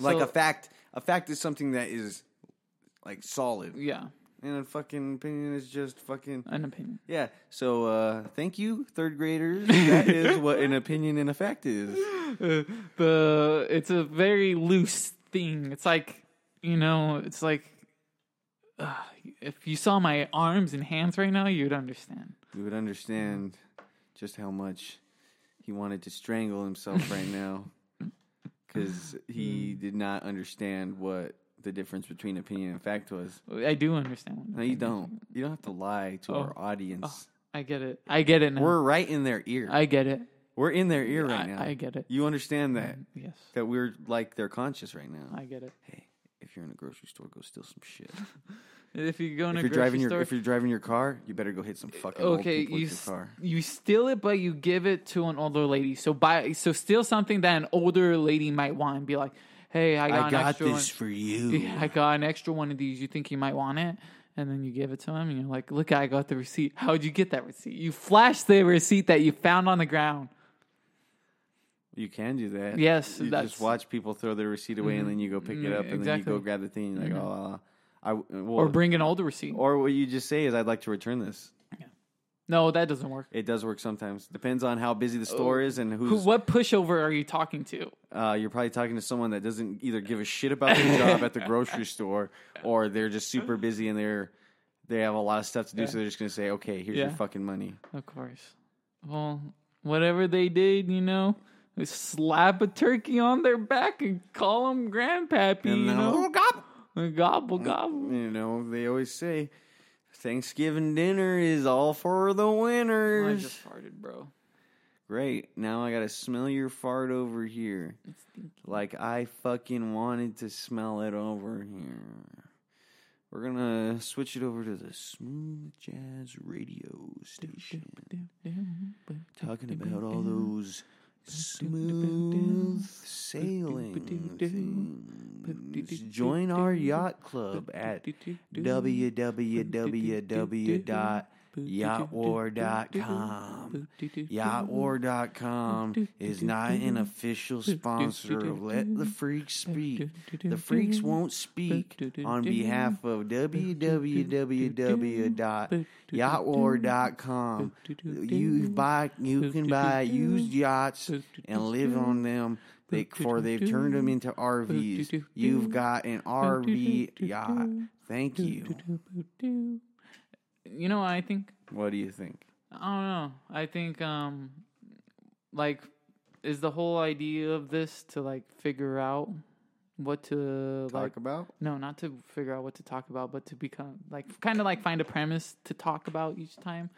Like
So-
a fact. A fact is something that is like solid,
yeah,
and a fucking opinion is just fucking
an opinion.
yeah. So uh thank you, third graders. That is what an opinion and a fact is.
The it's a very loose thing. It's like you know, it's like uh, if you saw my arms and hands right now, you'd understand.
You would understand just how much he wanted to strangle himself right now because
Mm.
he did not understand what the difference between opinion and fact was.
I do understand. what
No, you don't. You don't have to lie
Oh.
to our audience.
I get it. I get it now.
We're right in their ear.
Oh. I get it.
we're in their ear right
I-
now.
I get it.
You understand that?
Yes,
That we're like they're conscious right now.
I get it.
hey, if you're in a grocery store, go steal some shit.
If you go in a
if you're
grocery
driving your
store,
if you're driving your car, you better go hit some fucking old
okay,
people
you
with
s-
your car.
you steal it, but you give it to an older lady. So buy so steal something that an older lady might want and be like, "Hey, I got,
I
an
got
extra
this for you.
one. I got an extra one of these. You think you might want it?" And then you give it to him, and you're like, "Look, I got the receipt. How'd you get that receipt? You flashed the receipt that you found on the ground."
You can do that.
Yes,
you
that's-
just watch people throw their receipt away, and then you go pick it
Mm,
up, and then you
exactly. Mm-hmm.
go grab the thing. And you're like, oh, I w- well,
Or bring an older receipt.
or what you just say is, I'd like to return this.
no, that doesn't work.
It does work sometimes. Depends on how busy the store is and
Oh, Who,
who's.
what pushover are you talking to?
Uh, you're probably talking to someone that doesn't either give a shit about their job at the grocery store, or they're just super busy and they're they have a lot of stuff to do, so they're just gonna say, okay, here's your
Yeah.
fucking money.
Of course. Well, whatever they did, you know, was slap a turkey on their back and call them grandpappy,
And
you
then,
know,
"Oh, God."
gobble gobble.
you know they always say Thanksgiving dinner is all for the
I
winners.
just farted, bro.
Great. Now I gotta smell your fart over here. Like I fucking wanted to smell it over here. We're gonna switch it over to the smooth jazz radio station. Talking about all those smooth sailing things. Join our yacht club at www.yachtwar.com. Yachtwar.com is not an official sponsor of Let the Freaks Speak. The Freaks won't speak on behalf of www.yachtwar.com. You buy, you can buy used yachts and live on them. They, for they've turned them into RVs. You've got an RV yacht. Thank you.
You know, what I think
What do you think?
I don't know. I think um like is the whole idea of this to like figure out what to like
about
no, not to figure out what to talk about, but to become like kind of like find a premise to talk about each time.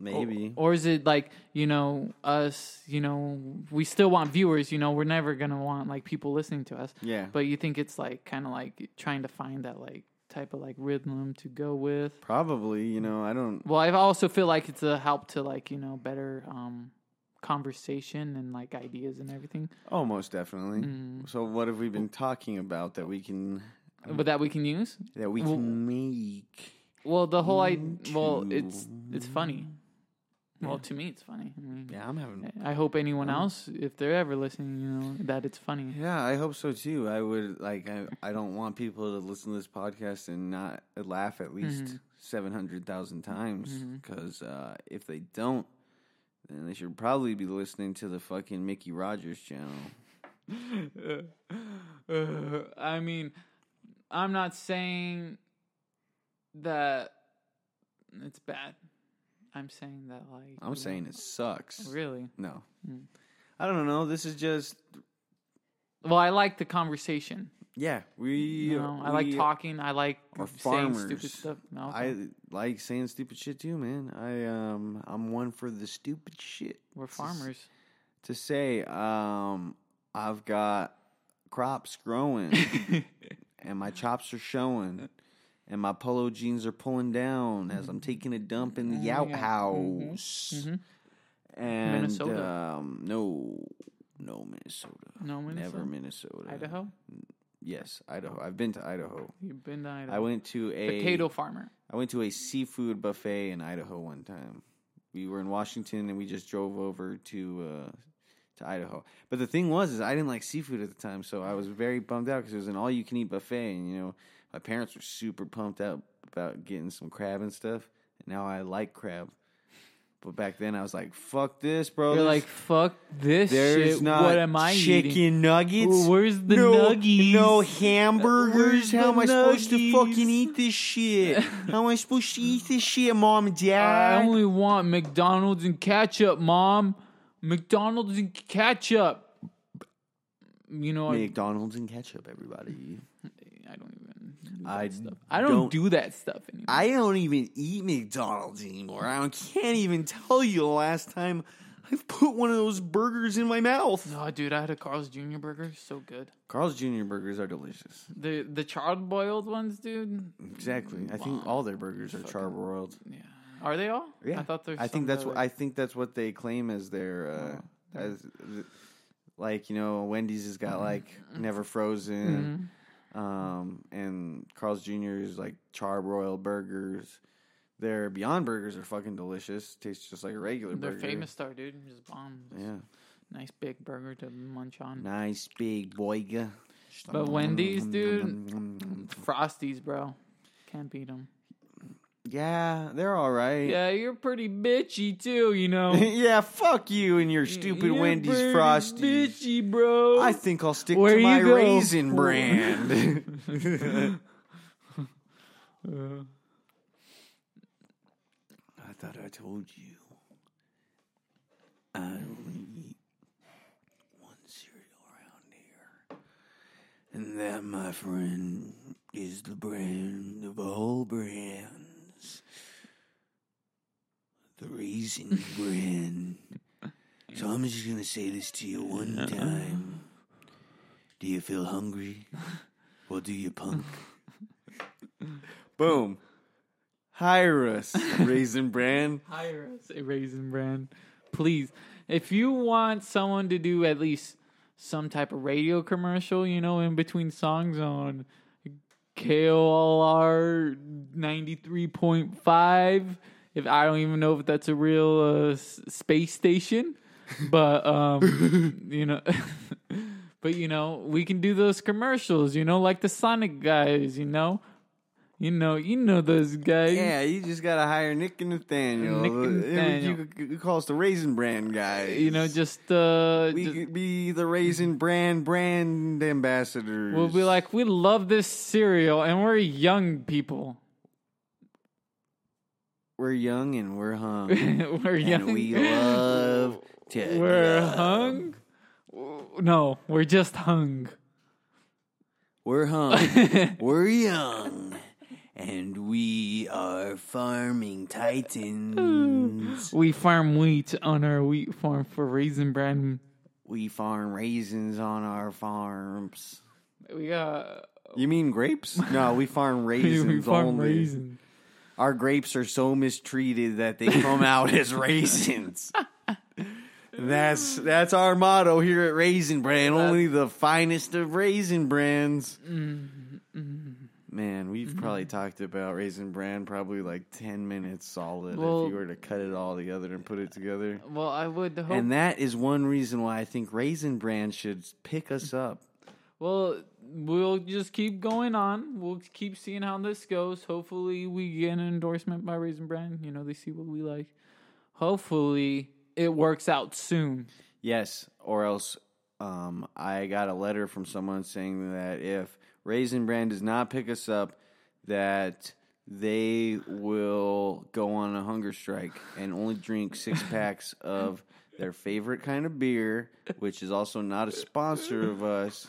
Or-
maybe.
Or, is it like, you know, us, you know, we still want viewers, you know, we're never going to want like people listening to us.
Yeah.
But you think it's like kind of like trying to find that like type of like rhythm to go with.
Probably, you know, I don't.
Well, I also feel like it's a help to like, you know, better um conversation and like ideas and everything.
Oh, most definitely. So, what have we been talking about that we can
But that we can use.
that we can make?
Well, the whole I well, it's it's funny. Well, to me it's funny. I mean,
Yeah, I'm having.
I hope anyone else, if they're ever listening, you know that it's funny.
Yeah, I hope so too. I would like. I, I don't want people to listen to this podcast and not laugh at
Mm-hmm.
least seven hundred thousand times. Because uh, if they don't, then they should probably be listening to the fucking Mickey Rogers channel.
I mean, I'm not saying that it's bad. I'm saying that like
I'm saying it sucks.
really. Hmm.
No, I don't know. This is just.
Well, I like the conversation.
Yeah, we.
You know, I like
we-
talking. I like
are
saying stupid
farmers.
stuff. No, okay.
I like saying stupid shit too, man. I um I'm one for the stupid shit.
we're
To s-
farmers.
To say um I've got crops growing and my chops are showing and my polo jeans are pulling down as I'm taking a dump in the out house. And
Mm-hmm. Minnesota.
um no no Minnesota.
No, Minnesota?
Never Minnesota.
Idaho.
Yes, Idaho. I've been to Idaho.
You've been to Idaho.
I went to a
Potato farmer.
I went to a seafood buffet in Idaho one time. We were in Washington and we just drove over to uh, to Idaho. But the thing was, is I didn't like seafood at the time, so I was very bummed out because it was an all you can eat buffet, and you know my parents were super pumped out about getting some crab and stuff. And now I like crab, but back then I was like, "Fuck this, bro!"
You're
There's-
like, fuck this
there's
shit.
not
what am I
chicken
eating?
nuggets.
Ooh, where's the
no,
nuggies?
No hamburgers.
Where's
How am
the
I supposed to
nuggies?
fucking eat this shit? How am I supposed to eat this shit, mom and
I
dad?
only want McDonald's and ketchup, mom. McDonald's and ketchup. You know, I,
McDonald's and ketchup, everybody.
I don't even. Do
I
that stuff. I don't,
don't-
do that stuff anymore.
I don't even eat McDonald's anymore. I don't- can't even tell you the last time I've put one of those burgers in my mouth.
oh, dude, I had a Carl's Jr. burger, so good.
Carl's Jr. burgers are delicious.
The the charred boiled ones, dude.
Exactly. I think all their burgers are charbroiled.
Yeah, are they all?
Yeah,
I thought there's.
I
some
think that's
that Oh,
what
are-
I think that's what they claim as their, uh,
Mm-hmm.
as, like you know, Wendy's has got like never frozen. Um, and Carl's Jr.'s like charbroiled burgers. Their Beyond Burgers are fucking delicious. Tastes just like a regular
They're
burger.
famous star, dude. Just bombs.
Yeah.
Nice big burger to munch on.
Nice big boyga.
But Wendy's, dude. Frosties, bro. Can't beat them.
Yeah, they're all right.
Yeah, you're pretty bitchy too, you know.
yeah, fuck you and your stupid
You're
Wendy's
pretty
Frosties.
Bitchy, bro.
I think I'll stick
Where
to
you
my
go?
raisin brand.
Uh,
I thought I told you. I only eat one cereal around here. And that, my friend, is the brand of all brands. The raisin brand. So I'm just going to say this to you one time. Do you feel hungry? Well, do you, punk? Boom. Hire us, Raisin Brand.
hire us at Raisin Brand, please. If you want someone to do at least some type of radio commercial, you know, in between songs on KOLR ninety three point five. If I don't even know if that's a real uh, s- space station, but um, you know, but you know, we can do those commercials. You know, like the Sonic guys. You know, you know, you know those guys.
Yeah, you just gotta hire Nick and Nathaniel.
Nick and
Uh,
Nathaniel.
You, could- you could call us the Raisin Brand guys.
You know, just uh,
we
just-
could be the Raisin Brand brand ambassadors.
We'll be like, we love this cereal, and we're young people.
we're young and we're hung,
we're young.
and we love to.
We're
love.
hung. No, we're just hung.
We're hung. we're young, and we are farming titans.
We farm wheat on our wheat farm for raisin bran.
we farm raisins on our farms.
We got
You mean grapes? No, we farm raisins
we farm
only.
raisins.
Our grapes are so mistreated that they come out as raisins. That's that's our motto here at Raisin Brand. Only the finest of raisin brands.
Mm-hmm,
Man, we've probably talked about Raisin Brand probably like ten minutes solid
Well-
if you were to cut it all together and put it together.
Well, I would hope.
And that is one reason why I think Raisin Brand should pick us up.
well, we'll just keep going on. We'll keep seeing how this goes. Hopefully, we get an endorsement by Raisin Bran. You know, they see what we like. Hopefully, it works out soon.
Yes, or else um, I got a letter from someone saying that if Raisin Brand does not pick us up, that they will go on a hunger strike and only drink six packs of their favorite kind of beer, which is also not a sponsor of us,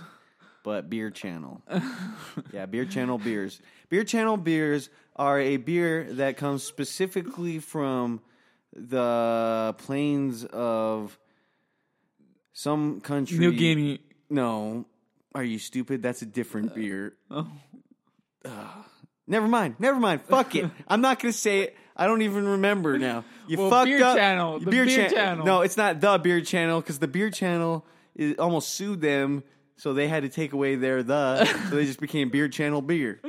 but Beer Channel. Yeah, Beer Channel beers. Beer Channel beers are a beer that comes specifically from the plains of some country.
New Guinea.
No, are you stupid? That's a different beer.
Oh.
Ugh. Never mind. Never mind. Fuck it. I'm not gonna say it. I don't even remember now. You
Well,
fucked
Beer
up.
Channel. The Beer Channel.
No, it's not the beer channel because the beer channel is, almost sued them, so they had to take away their the. so they just became beer channel beer.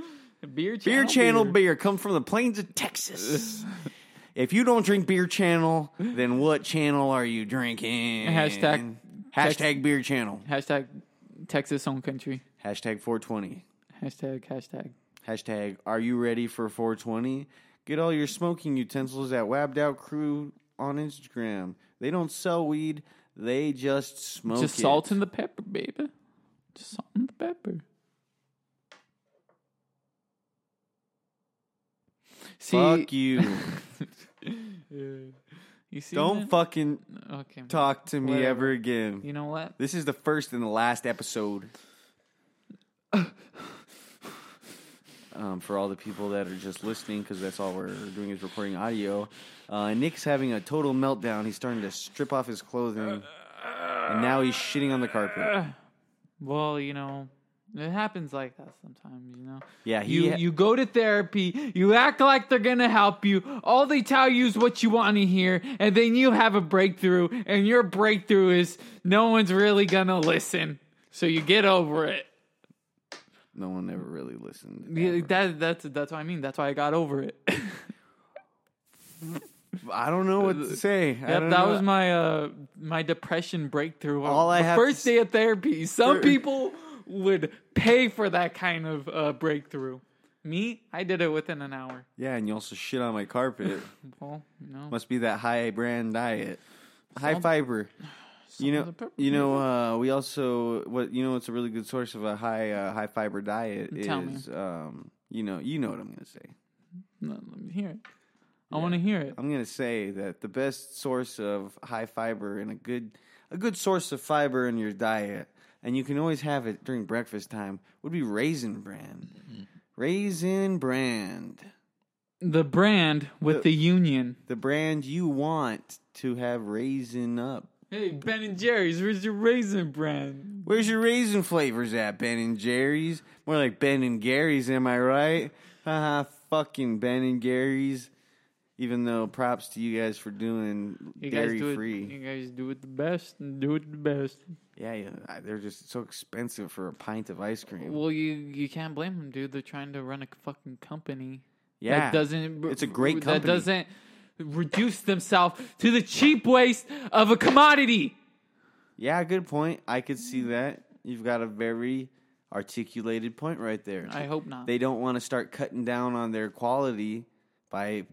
Beer Channel.
Beer Channel beer come from the plains of Texas. if you don't drink Beer Channel, then what channel are you drinking?
Hashtag-
hashtag Beer Channel.
Hashtag Texas home country.
Hashtag 420.
Hashtag hashtag.
Hashtag Are you ready for 420? Get all your smoking utensils at Wabbed Out Crew on Instagram. They don't sell weed. They just smoke
Just
it.
salt and the pepper, baby. Just salt and the pepper. See,
Fuck you.
Yeah. you see,
don't
that?
fucking
okay.
talk to me
Whatever.
ever again.
You know what?
This is the first and the last episode. um, for all the people that are just listening, because that's all we're doing is recording audio. Uh, Nick's having a total meltdown. He's starting to strip off his clothing, and now he's shitting on the carpet.
Well, you know, it happens like that sometimes. You know.
Yeah, he.
You you go to therapy, you act like they're gonna help you. All they tell you is what you want to hear, and then you have a breakthrough, and your breakthrough is no one's really gonna listen. So you get over it.
no one ever really listened.
Yeah,
ever.
that that's that's what I mean. That's why I got over it.
I don't know what to say. I
Yep,
don't
that
know.
was my uh my depression breakthrough.
All I
The
have to
first day of therapy. Some
Fir-
people would pay for that kind of uh, breakthrough. Me, I did it within an hour.
Yeah, and you also shit on my carpet.
Well, no.
Must be that high brand diet, high
Some-
fiber. You know,
of the
you know. Uh, we also what you know. What's a really good source of a high uh, high fiber diet
Tell me.
is. Um, you know, you know what I'm gonna say.
No, let me hear it. I want to hear it.
I'm gonna say that the best source of high fiber and a good a good source of fiber in your diet, and you can always have it during breakfast time, would be raisin bran.
Mm-hmm.
Raisin brand.
The brand with
The-
the, union.
The brand you want to have raisin up.
Hey, Ben and Jerry's. Where's your raisin brand?
Where's your raisin flavors at, Ben and Jerry's? More like Ben and Gary's, am I right? Haha, fucking Ben and Gary's. Even though props to you guys for doing
You
dairy
guys do
free.
it. You guys do it the best. and Do it the best.
Yeah, yeah, I- they're just so expensive for a pint of ice cream.
Well, you you can't blame them, dude. They're trying to run a fucking company.
yeah,
that doesn't.
It's a great
That
company.
doesn't reduce themselves to the cheap waste of a commodity.
yeah, good point. I could see that. You've got a very articulated point right there.
I hope not.
they don't want to start cutting down on their quality by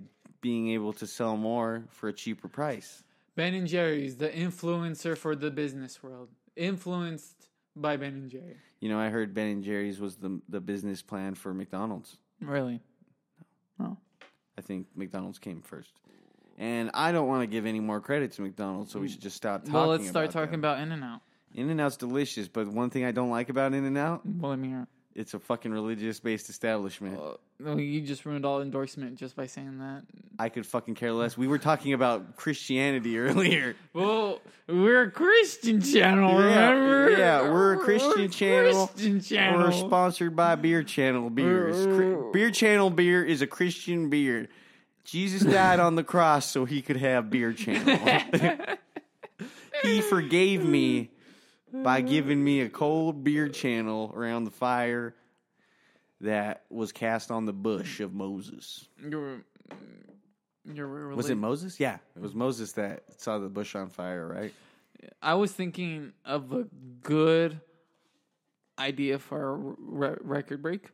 being able to sell more for a cheaper price.
ben and Jerry's, the influencer for the business world, influenced by Ben and Jerry.
You know, I heard Ben and Jerry's was the the business plan for McDonald's.
Really? No.
I think McDonald's came first. And I don't want to give any more credit to McDonald's, so we should just stop talking.
Mm. Well, let's start
about
talking about In and Out.
In and Out's delicious, but one thing I don't like about In and Out
Well, let me hear.
it's a fucking religious based establishment.
Uh, no, you just ruined all endorsement just by saying that.
I could fucking care less. We were talking about Christianity earlier.
Well, we're a Christian channel,
Yeah,
remember?
yeah, we're a Christian channel.
Christian channel. Mm-hmm.
We're sponsored by Beer Channel beers. Cri- Beer Channel beer is a Christian beer. Jesus died on the cross so he could have Beer Channel. he forgave me by giving me a cold Beer Channel around the fire that was cast on the bush of Moses.
You're, you're really,
Was it Moses? Yeah, it was Moses that saw the bush on fire, right?
I was thinking of a good idea for a re- record break.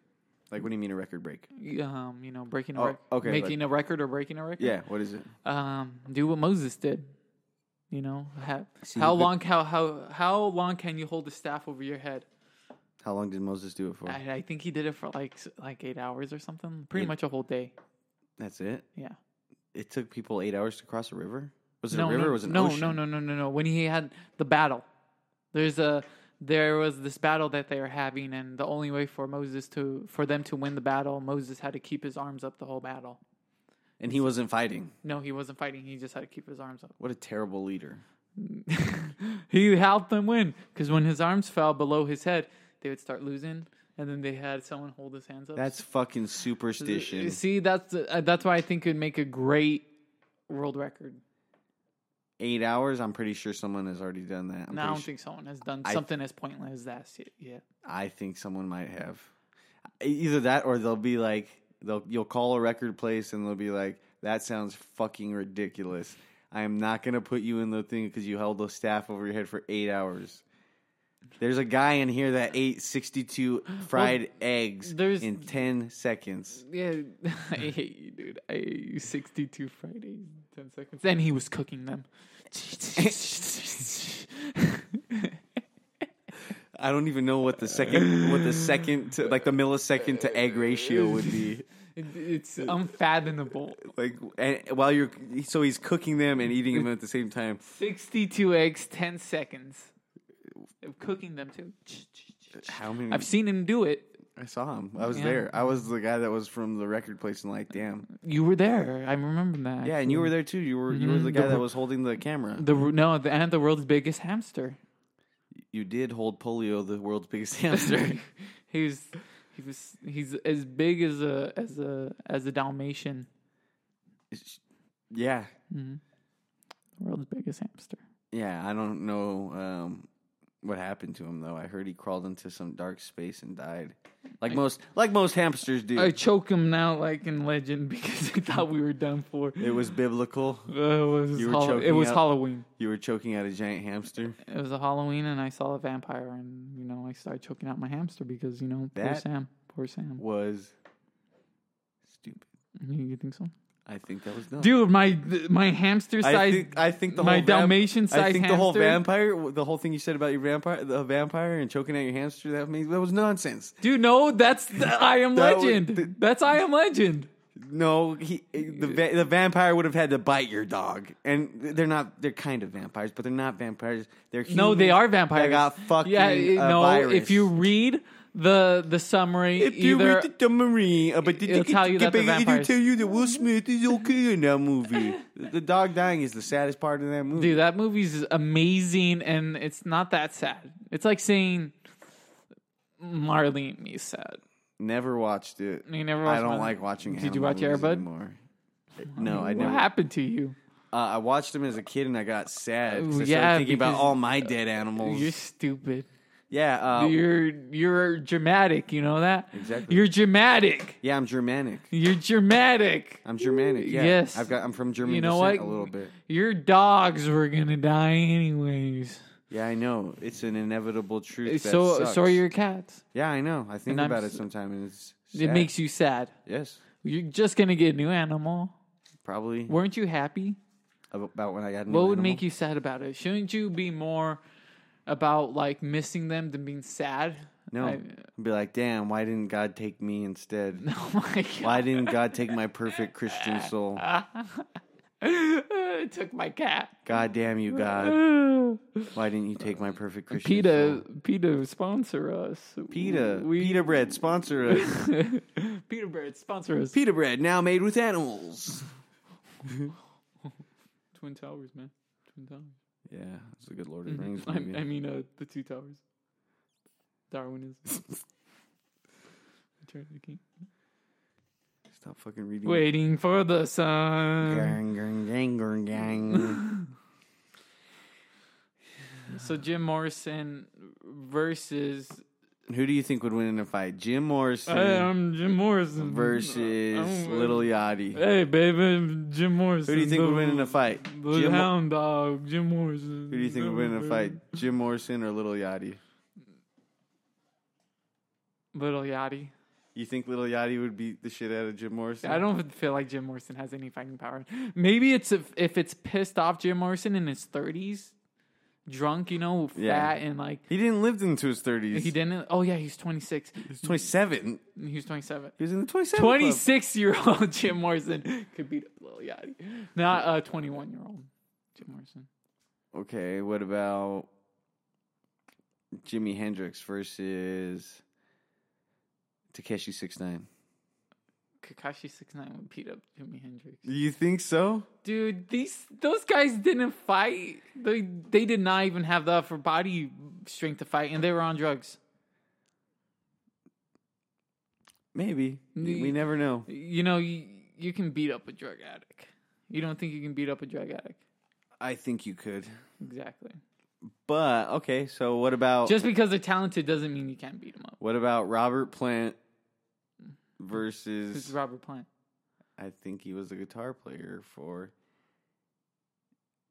Like, what do you mean a record break?
Um, you know, breaking a
Oh,
record,
okay, like-
making a record or breaking a record.
Yeah, what is it?
Um, do what Moses did. You know, have,
See,
how
the-
long? How how how long can you hold the staff over your head?
How long did Moses do it for?
I, I think he did it for like s- like eight hours or something. Pretty
Eight-
much a whole day.
That's it.
Yeah.
It took people eight hours to cross a river. Was it
no,
a river?
no,
or was it an
no,
ocean?
no, no, no, no, no. When he had the battle, there's a there was this battle that they were having, and the only way for Moses to for them to win the battle, Moses had to keep his arms up the whole battle.
And he wasn't fighting.
No, he wasn't fighting. He just had to keep his arms up.
What a terrible leader.
he helped them win because when his arms fell below his head, they would start losing, and then they had someone hold his hands up.
That's fucking
You
superstition.
see, that's uh, that's why I think it would make a great world record.
Eight hours? I'm pretty sure someone has already done that. I'm
No, I don't
pretty sure-
think someone has done
I-
something as pointless as that shit yet.
I think someone might have. E, Either that or they'll be like, they'll you'll call a record place and they'll be like, that sounds fucking ridiculous. I am not going to put you in the thing because you held the staff over your head for eight hours. There's a guy in here that ate 62 fried eggs
there's-
in 10 seconds.
Yeah, I hate you, dude. I hate you. 62 Fridays, 10 seconds. And he was cooking them.
I don't even know what the second, what the second, to, like the millisecond to egg ratio would be.
It, it's unfathomable.
Like, and while you're, so he's cooking them and eating them at the same time.
62 eggs, 10 seconds. Of cooking them, too.
How many?
I've seen him do it.
I saw him. I was
Yeah.
there. I was the guy that was from the record place and like, damn.
You were there. I remember that.
Yeah, and you were there too. You were you were Mm-hmm. the
Mhm.
guy that was holding the camera.
The, no, the, and the world's biggest hamster.
You did hold Polio, the world's biggest hamster.
he was he was he's as big as a as a as a Dalmatian.
yeah.
World's biggest hamster.
Yeah, I don't know um what happened to him though. I heard he crawled into some dark space and died, like most like most hamsters do.
I choke him now like in Legend because I thought we were done for.
it was biblical.
Uh, It was,
You were
Hall- it
choking
was
up.
Halloween.
You were choking out a giant hamster.
It was a Halloween, and I saw a vampire, and you know I started choking out my hamster because you know poor
That-
Sam, poor Sam.
Was stupid.
You, you think so,
I think that was dumb.
dude? My th- my hamster
I
size.
think, I think the
my
whole vamp-
Dalmatian
I
size
think the whole
hamster-
vampire, the whole thing you said about your vampire, the vampire and choking out your hamster, that means that was nonsense.
dude, no, that's the I Am
That was-
Legend.
th-
that's I Am Legend.
No, he the va- the vampire would have had to bite your dog, and they're not. They're kind of vampires, but they're not vampires. They're humans
No, they are
that
vampires.
got fucking uh,
Yeah,
a
no.
virus.
If you read the the summary,
If you
either
read the summary about the
it'll tell uh, E you that the vampires-
tell you that Will Smith is okay in that movie. the dog dying is the saddest part of that movie.
Dude, that movie's amazing, and it's not that sad. It's like saying Marley and me is sad.
Never watched it.
You never watched
I don't
Marley?
like watching.
Did you
animal
watch
movies
Airbud?
anymore? No, I
What
never. Uh,
happened to you?
I watched them as a kid, and I got sad. 'cause I
Yeah,
started thinking about
because-
all my dead animals.
You're stupid.
yeah, uh,
you're you're dramatic. You know that
Exactly.
You're dramatic.
yeah, I'm Germanic.
You're dramatic.
I'm Germanic. Yeah.
Yes.
I've got. I'm from German
You know
descent
what?
a little bit.
Your dogs were gonna die anyways.
Yeah, I know. It's an inevitable truth. That
Uh, so
sucks.
so are your cats.
Yeah, I know. I think
And I'm
about it
s-
sometimes, and it's.
It
sad.
makes you sad.
Yes,
You're just gonna get a new animal.
probably
Weren't you happy?
about when I got. a new
What would
animal.
make you sad about it? Shouldn't you be more about like missing them than being sad?
No,
I-
be like, damn. Why didn't God take me instead?
oh my god!
Why didn't God take my perfect Christian soul?
it took my cat.
God damn you, God.
PETA,
Why didn't you take my perfect Christian soul?
PETA sponsor us.
PETA.
We-
PETA bread, sponsor us.
PETA Bird sponsor us.
PETA bread, now made with animals.
Twin Towers, man. Twin Towers.
Yeah, it's a good Lord of the Rings
I,
movie.
I mean, uh, the two towers. Darwin is. Return of the King.
Stop fucking reading.
Waiting for the sun.
Gang, gang, gang, gang, gang.
So Jim Morrison versus
Who do you think would win in a fight? Jim Morrison
Hey, I'm Jim Morrison
versus
I'm-
Little Yachty.
Hey, baby, I'm Jim Morrison.
Who do you think
the,
would win in a fight?
The
Jim, Mo-
hound dog, Jim Morrison.
who do you think would win in a fight? Jim Morrison or Little Yachty?
Little Yachty.
You think Little Yachty would beat the shit out of Jim Morrison?
I don't feel like Jim Morrison has any fighting power. Maybe it's if, if it's pissed off Jim Morrison in his 30s, drunk, you know, fat,
Yeah.
and like
He didn't live into his 30s.
he didn't. Oh, yeah, he's 26.
He's 27.
He was 27.
He was in the 27. club.
26 year old Jim Morrison could beat Lil Yachty. Not a 21 year old Jim Morrison.
Okay, what about Jimi Hendrix versus Takeshi Six Nine?
Kakashi 69 would beat up Jimi Hendrix.
You think so?
Dude, these those guys didn't fight. They they did not even have the upper body strength to fight, and they were on drugs.
Maybe.
Ye-
We never know.
You know, you, you can beat up a drug addict. You don't think you can beat up a drug addict?
I think you could.
Exactly.
But okay, so what about
Just because they're talented doesn't mean you can't beat them up.
what about Robert Plant
This is
versus
Robert Plant.
I think he was a guitar player for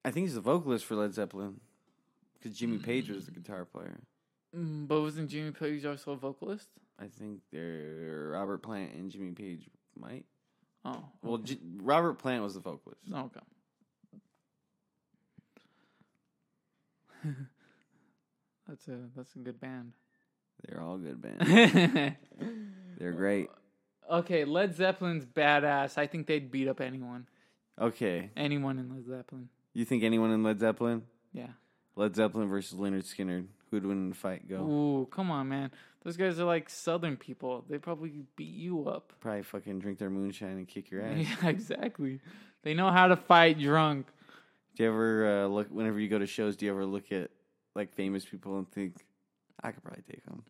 I think he's the vocalist for Led Zeppelin cuz Jimmy Page was the guitar player.
Mm, But wasn't Jimmy Page also a vocalist?
I think they're Robert Plant and Jimmy Page might
Oh,
Well, J- Robert Plant was the vocalist.
Okay. that's a that's a good band.
They're all good band. They're great.
okay, Led Zeppelin's badass. I think they'd beat up anyone.
Okay,
Anyone in Led Zeppelin.
you think anyone in Led Zeppelin?
Yeah.
Led Zeppelin versus Leonard Skinner. Who'd win in a fight? Go.
Ooh, come on, man. Those guys are like southern people. They probably beat you up.
Probably fucking drink their moonshine and kick your ass.
Yeah, exactly. They know how to fight drunk.
do you ever uh, look? Whenever you go to shows, do you ever look at like famous people and think, I could probably take them?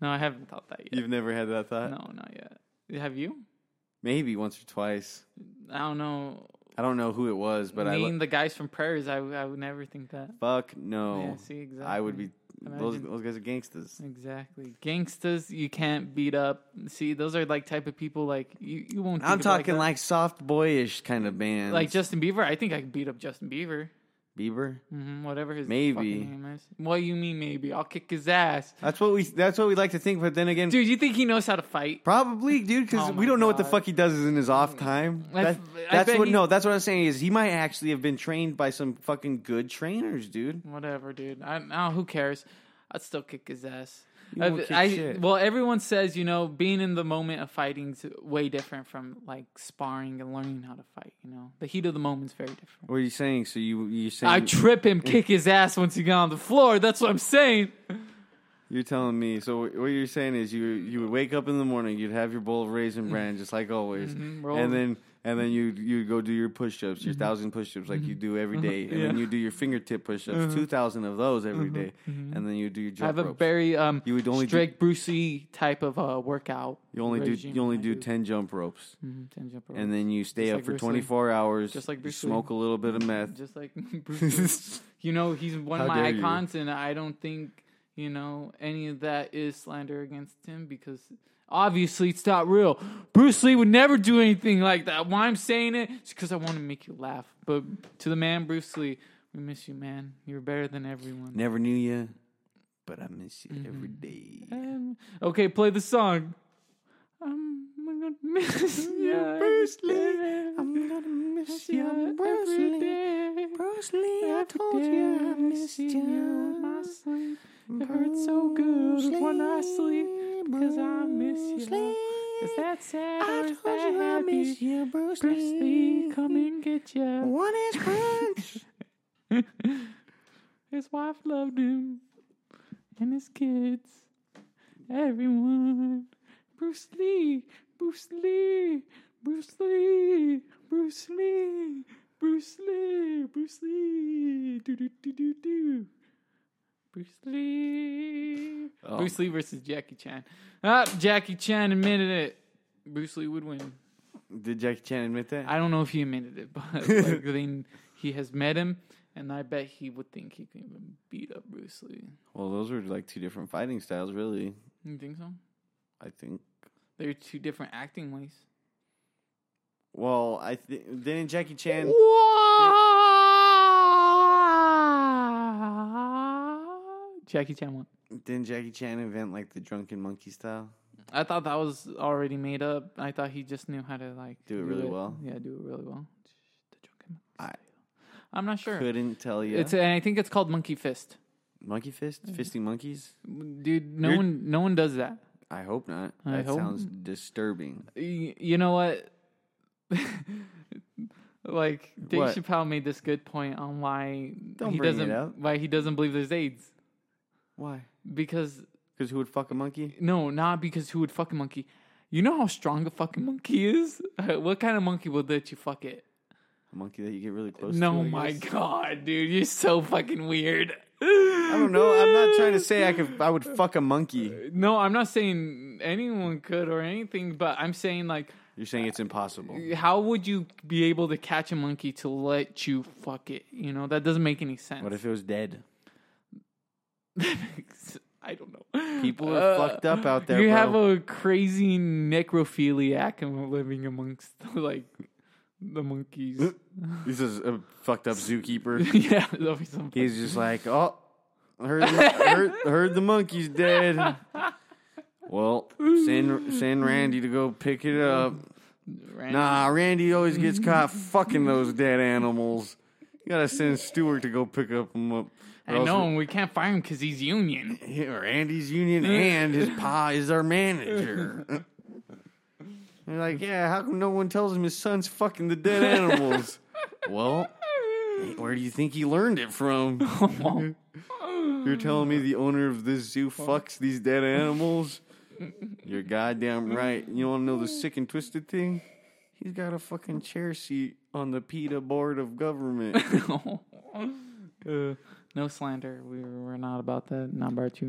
No, I haven't thought that yet.
You've never had that thought?
No, not yet. Have you?
Maybe once or twice.
I don't know.
I don't know who it was, but I
mean,
lo-
the guys from prairies, I, w- I would never think that.
fuck no.
Yeah, see, exactly.
I would be. Those,
Imagine.
those guys are gangsters.
Exactly. Gangsters, you can't beat up. See, those are like type of people like you, you won't.
I'm
think of
talking
that.
like soft boyish kind of bands.
like Justin Bieber. I think I could beat up Justin Bieber.
Bieber.
hmm whatever his
Maybe.
fucking name is. What you mean maybe? I'll kick his ass,
That's what we. That's what we like to think. But then again,
dude. You think he knows how to fight?
Probably, dude, because
Oh my
we don't know what the
God. Mm.
fuck he does in his off time.
I-
That-
I
that's
bet
what.
he-
no, that's what I'm saying is he might actually have been trained by some fucking good trainers, dude.
Whatever, dude. I now who cares? I'd still kick his ass.
You
I-
won't kick
I-
shit.
Well, everyone says you know being in the moment of fighting's way different from like sparring and learning how to fight. You know, the heat of the moment's very different.
What are you saying? So you you saying
I trip him, kick his ass once he got on the floor. That's what I'm saying.
you're telling me? So what you're saying is you you would wake up in the morning, you'd have your bowl of raisin bran just like always,
Mm. Mm-hmm. roll. Mm-hmm.
and then and then you you go do your push-ups, your thousand push-ups like you do every day, and then
Yeah. Mm-hmm.
you do your fingertip push-ups, thousand of those every day, and then you do your
I
jump
have a
ropes.
very um
You would only do-
strict Bruce Lee type of uh, workout.
you only do
regime
you only
I
do ten jump ropes.
Mhm, 10 jump ropes.
and then you stay
Just
up
like
for
Bruce Lee.
24 hours,
Just like
you
Bruce Lee.
smoke a little bit of meth.
just like Bruce Lee. you know he's one of
How
my
dare you.
icons and i don't think you know any of that is slander against him because obviously it's not real bruce lee would never do anything like that why i'm saying it is because i want to make you laugh but to the man bruce lee we miss you man you're better than everyone
Never knew you, but I miss you every
Mm-hmm.
day.
Um, okay play the song i'm gonna miss you
Bruce Lee, I'm gonna miss you, Bruce
every
Lee.
day.
Bruce Lee, I
Every
told
day
you I missed Mm-hmm.
see in my
you.
sleep. It hurts so good when I sleep because I miss
Bruce
you.
Lee,
Is that sad
I
or
told
is that
you I miss
happy?
you, Bruce,
Bruce Lee, come and get you.
One is French.
His wife loved him and his kids. Everyone. Bruce Lee, Bruce Lee, Bruce Lee, Bruce Lee, Bruce Lee, Bruce Lee. Do do do do do. Bruce Lee.
Oh.
Bruce Lee versus Jackie Chan. Ah, Jackie Chan admitted it. Bruce Lee would win.
Did Jackie Chan admit that?
I don't know if he admitted it, but like, they, he has met him, and I bet he would think he can even beat up Bruce Lee.
well, those were like two different fighting styles, really.
You think so?
I think.
They're two different acting ways.
Well, I th- didn't Jackie Chan.
Jackie Chan won.
Didn't Jackie Chan invent like the drunken monkey style?
I thought that was already made up. I thought he just knew how to like
Do it really well?
Yeah, do it really well. The drunken
I
I'm not sure.
couldn't tell you.
It's Mm-hmm. and I think it's called Monkey Fist.
monkey fist, fisting monkeys.
Dude, no
You're-
one no one does that.
I hope not.
I
that
hope-
sounds disturbing.
Y- you know what? like Dave
What?
Chappelle made this good point on why
Don't
he
bring it
doesn't
up.
why he doesn't believe there's AIDS
Why?
because
Because who would fuck a monkey?
no, not because who would fuck a monkey? You know how strong a fucking monkey is. what kind of monkey would let you fuck it?
A monkey that you get really close to.
No,
I
my
guess?
god, dude, you're so fucking weird.
I don't know. I'm not trying to say I could. I would fuck a monkey.
No, I'm not saying anyone could or anything, but I'm saying like
You're saying it's impossible.
how would you be able to catch a monkey to let you fuck it? You know, that doesn't make any sense.
What if it was dead?
I don't know.
People are
Uh,
fucked up out there.
You
bro.
have a crazy necrophiliac and living amongst like the monkeys.
This is a fucked up zookeeper.
yeah, that'll be some
He's just like, oh, heard, heard, heard the monkey's dead. Well, send send Randy to go pick it up.
random-
Nah, Randy always gets caught fucking those dead animals. You gotta send Stewart to go pick up them up. or
I
else
know, and we can't fire him because he's union.
we- Randy's union and his pa is our manager. They're like, yeah, how come no one tells him his son's fucking the dead animals? well, where do you think he learned it from? You're telling me the owner of this zoo fucks these dead animals? You're goddamn right. You want to know the sick and twisted thing? He's got a fucking chair seat on the PETA board of government.
Uh, No slander. We, we're not about that. Not about you.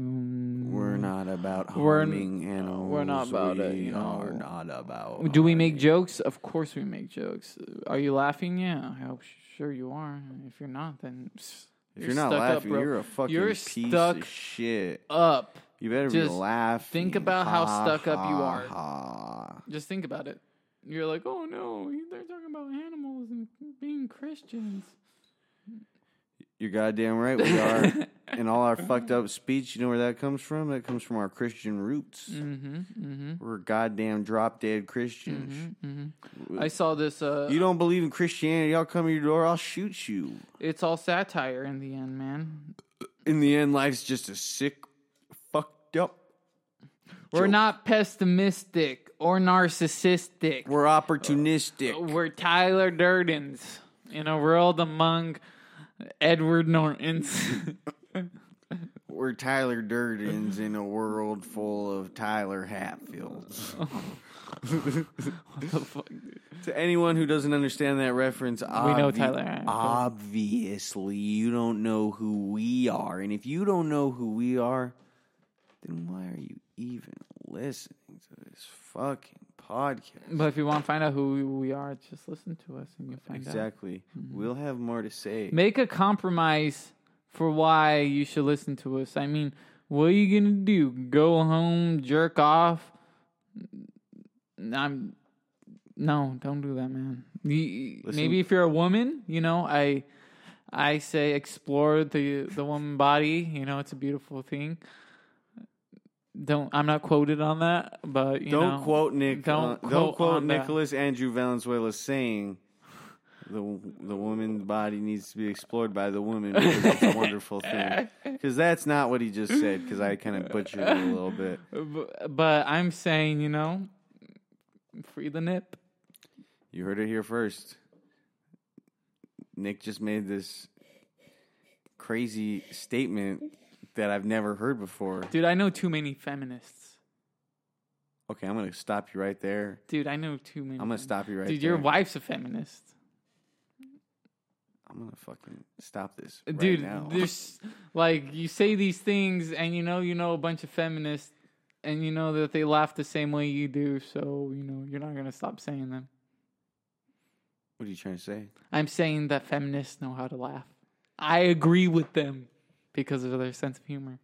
We're not about
We're n-
harming animals.
we're not about it,
We
you know.
are not about.
Do we make jokes? Of course we make jokes. Are you laughing? Yeah, I hope sure you are. If you're not, then s-
If you're, not
stuck up,
laughing,
bro.
you're a fucking
You're
piece
stuck
of shit.
up.
You better be
Just
laughing.
think about how stuck up you are.
ha.
Just think about it. You're like, oh no, they're talking about animals and being Christians.
You're goddamn right we are. and all our fucked up speech, you know where that comes from? That comes from our Christian roots.
Mm-hmm. Mm-hmm.
We're goddamn drop dead Christians.
Mm-hmm. I saw this. Uh,
You don't believe in Christianity, I'll come to your door, I'll shoot you.
it's all satire in the end, man.
In the end, life's just a sick, fucked up.
We're
Joke.
not pessimistic or narcissistic.
We're opportunistic.
Uh, We're Tyler Durdens in a world among Edward Nortons.
We're Tyler Durdens in a world full of Tyler Hatfields.
what the fuck? dude?
to anyone who doesn't understand that reference, we
know Tyler Hatfield.
Obviously, you don't know who we are, and if you don't know who we are, then why are you even listening to this fucking podcast?
But if you want to find out who we are, just listen to us and you'll find out.
Exactly.
Mm-hmm.
We'll have more to say.
Make a compromise for why you should listen to us. I mean, what are you gonna do? Go home, jerk off? I'm no, don't do that, man. You-
Listen-
Maybe if you're a woman, you know, I I say explore the the woman body. You know, it's a beautiful thing. Don't I'm not quoted on that, but you
don't
know,
quote Nick.
don't
uh,
quote
don't quote
on that.
Nicholas Andrew Valenzuela saying the the woman's body needs to be explored by the woman because it's a wonderful thing. Because that's not what he just said. Because I kind of butchered it a little bit.
B- But I'm saying, you know, free the nip.
You heard it here first. Nick just made this crazy statement that I've never heard before.
Dude, I know too many feminists.
Okay, I'm gonna stop you right there.
Dude, I know too many.
I'm gonna stop you right
Dude,
there.
your wife's a feminist.
I'm gonna fucking stop this. right
Dude,
now.
there's like you say these things and you know you know a bunch of feminists and you know that they laugh the same way you do, so you know you're not gonna stop saying them.
What are you trying to say?
I'm saying that feminists know how to laugh. I agree with them because of their sense of humor.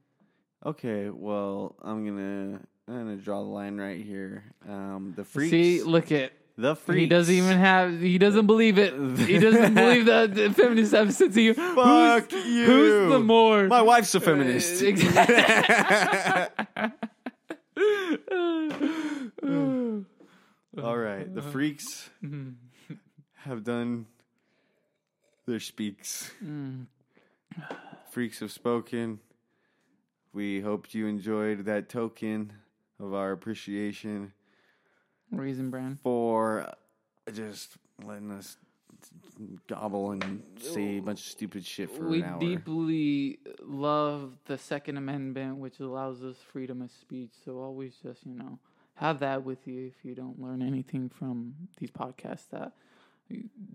Okay, well, I'm gonna I'm gonna draw the line right here. Um, the freaks,
See, look it.
the freaks.
He doesn't even have. He doesn't believe it. He doesn't believe that the feminists have a sense of humor.
Fuck
who's,
you.
Who's the more?
My wife's a feminist. All right, the freaks
Mm-hmm.
have done their speaks.
Mm.
Freaks have spoken. We hoped you enjoyed that token of our appreciation
Raisin bran.
for just letting us gobble and say a bunch of stupid shit for
We
an hour.
deeply love the Second Amendment, which allows us freedom of speech. So always just you know have that with you if you don't learn anything from these podcasts. That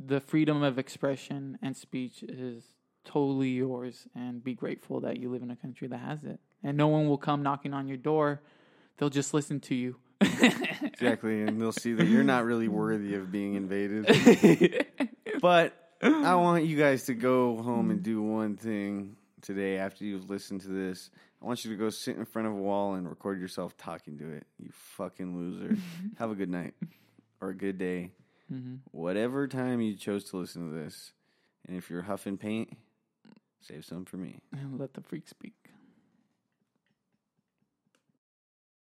the freedom of expression and speech is totally yours, and be grateful that you live in a country that has it. And no one will come knocking on your door; they'll just listen to you.
Exactly, and they'll see that you're not really worthy of being invaded. But I want you guys to go home and do one thing today after you've listened to this. I want you to go sit in front of a wall and record yourself talking to it. You fucking loser. Have a good night or a good day. Whatever time you chose to listen to this. And if you're huffing paint, save some for me.
Let the freak speak.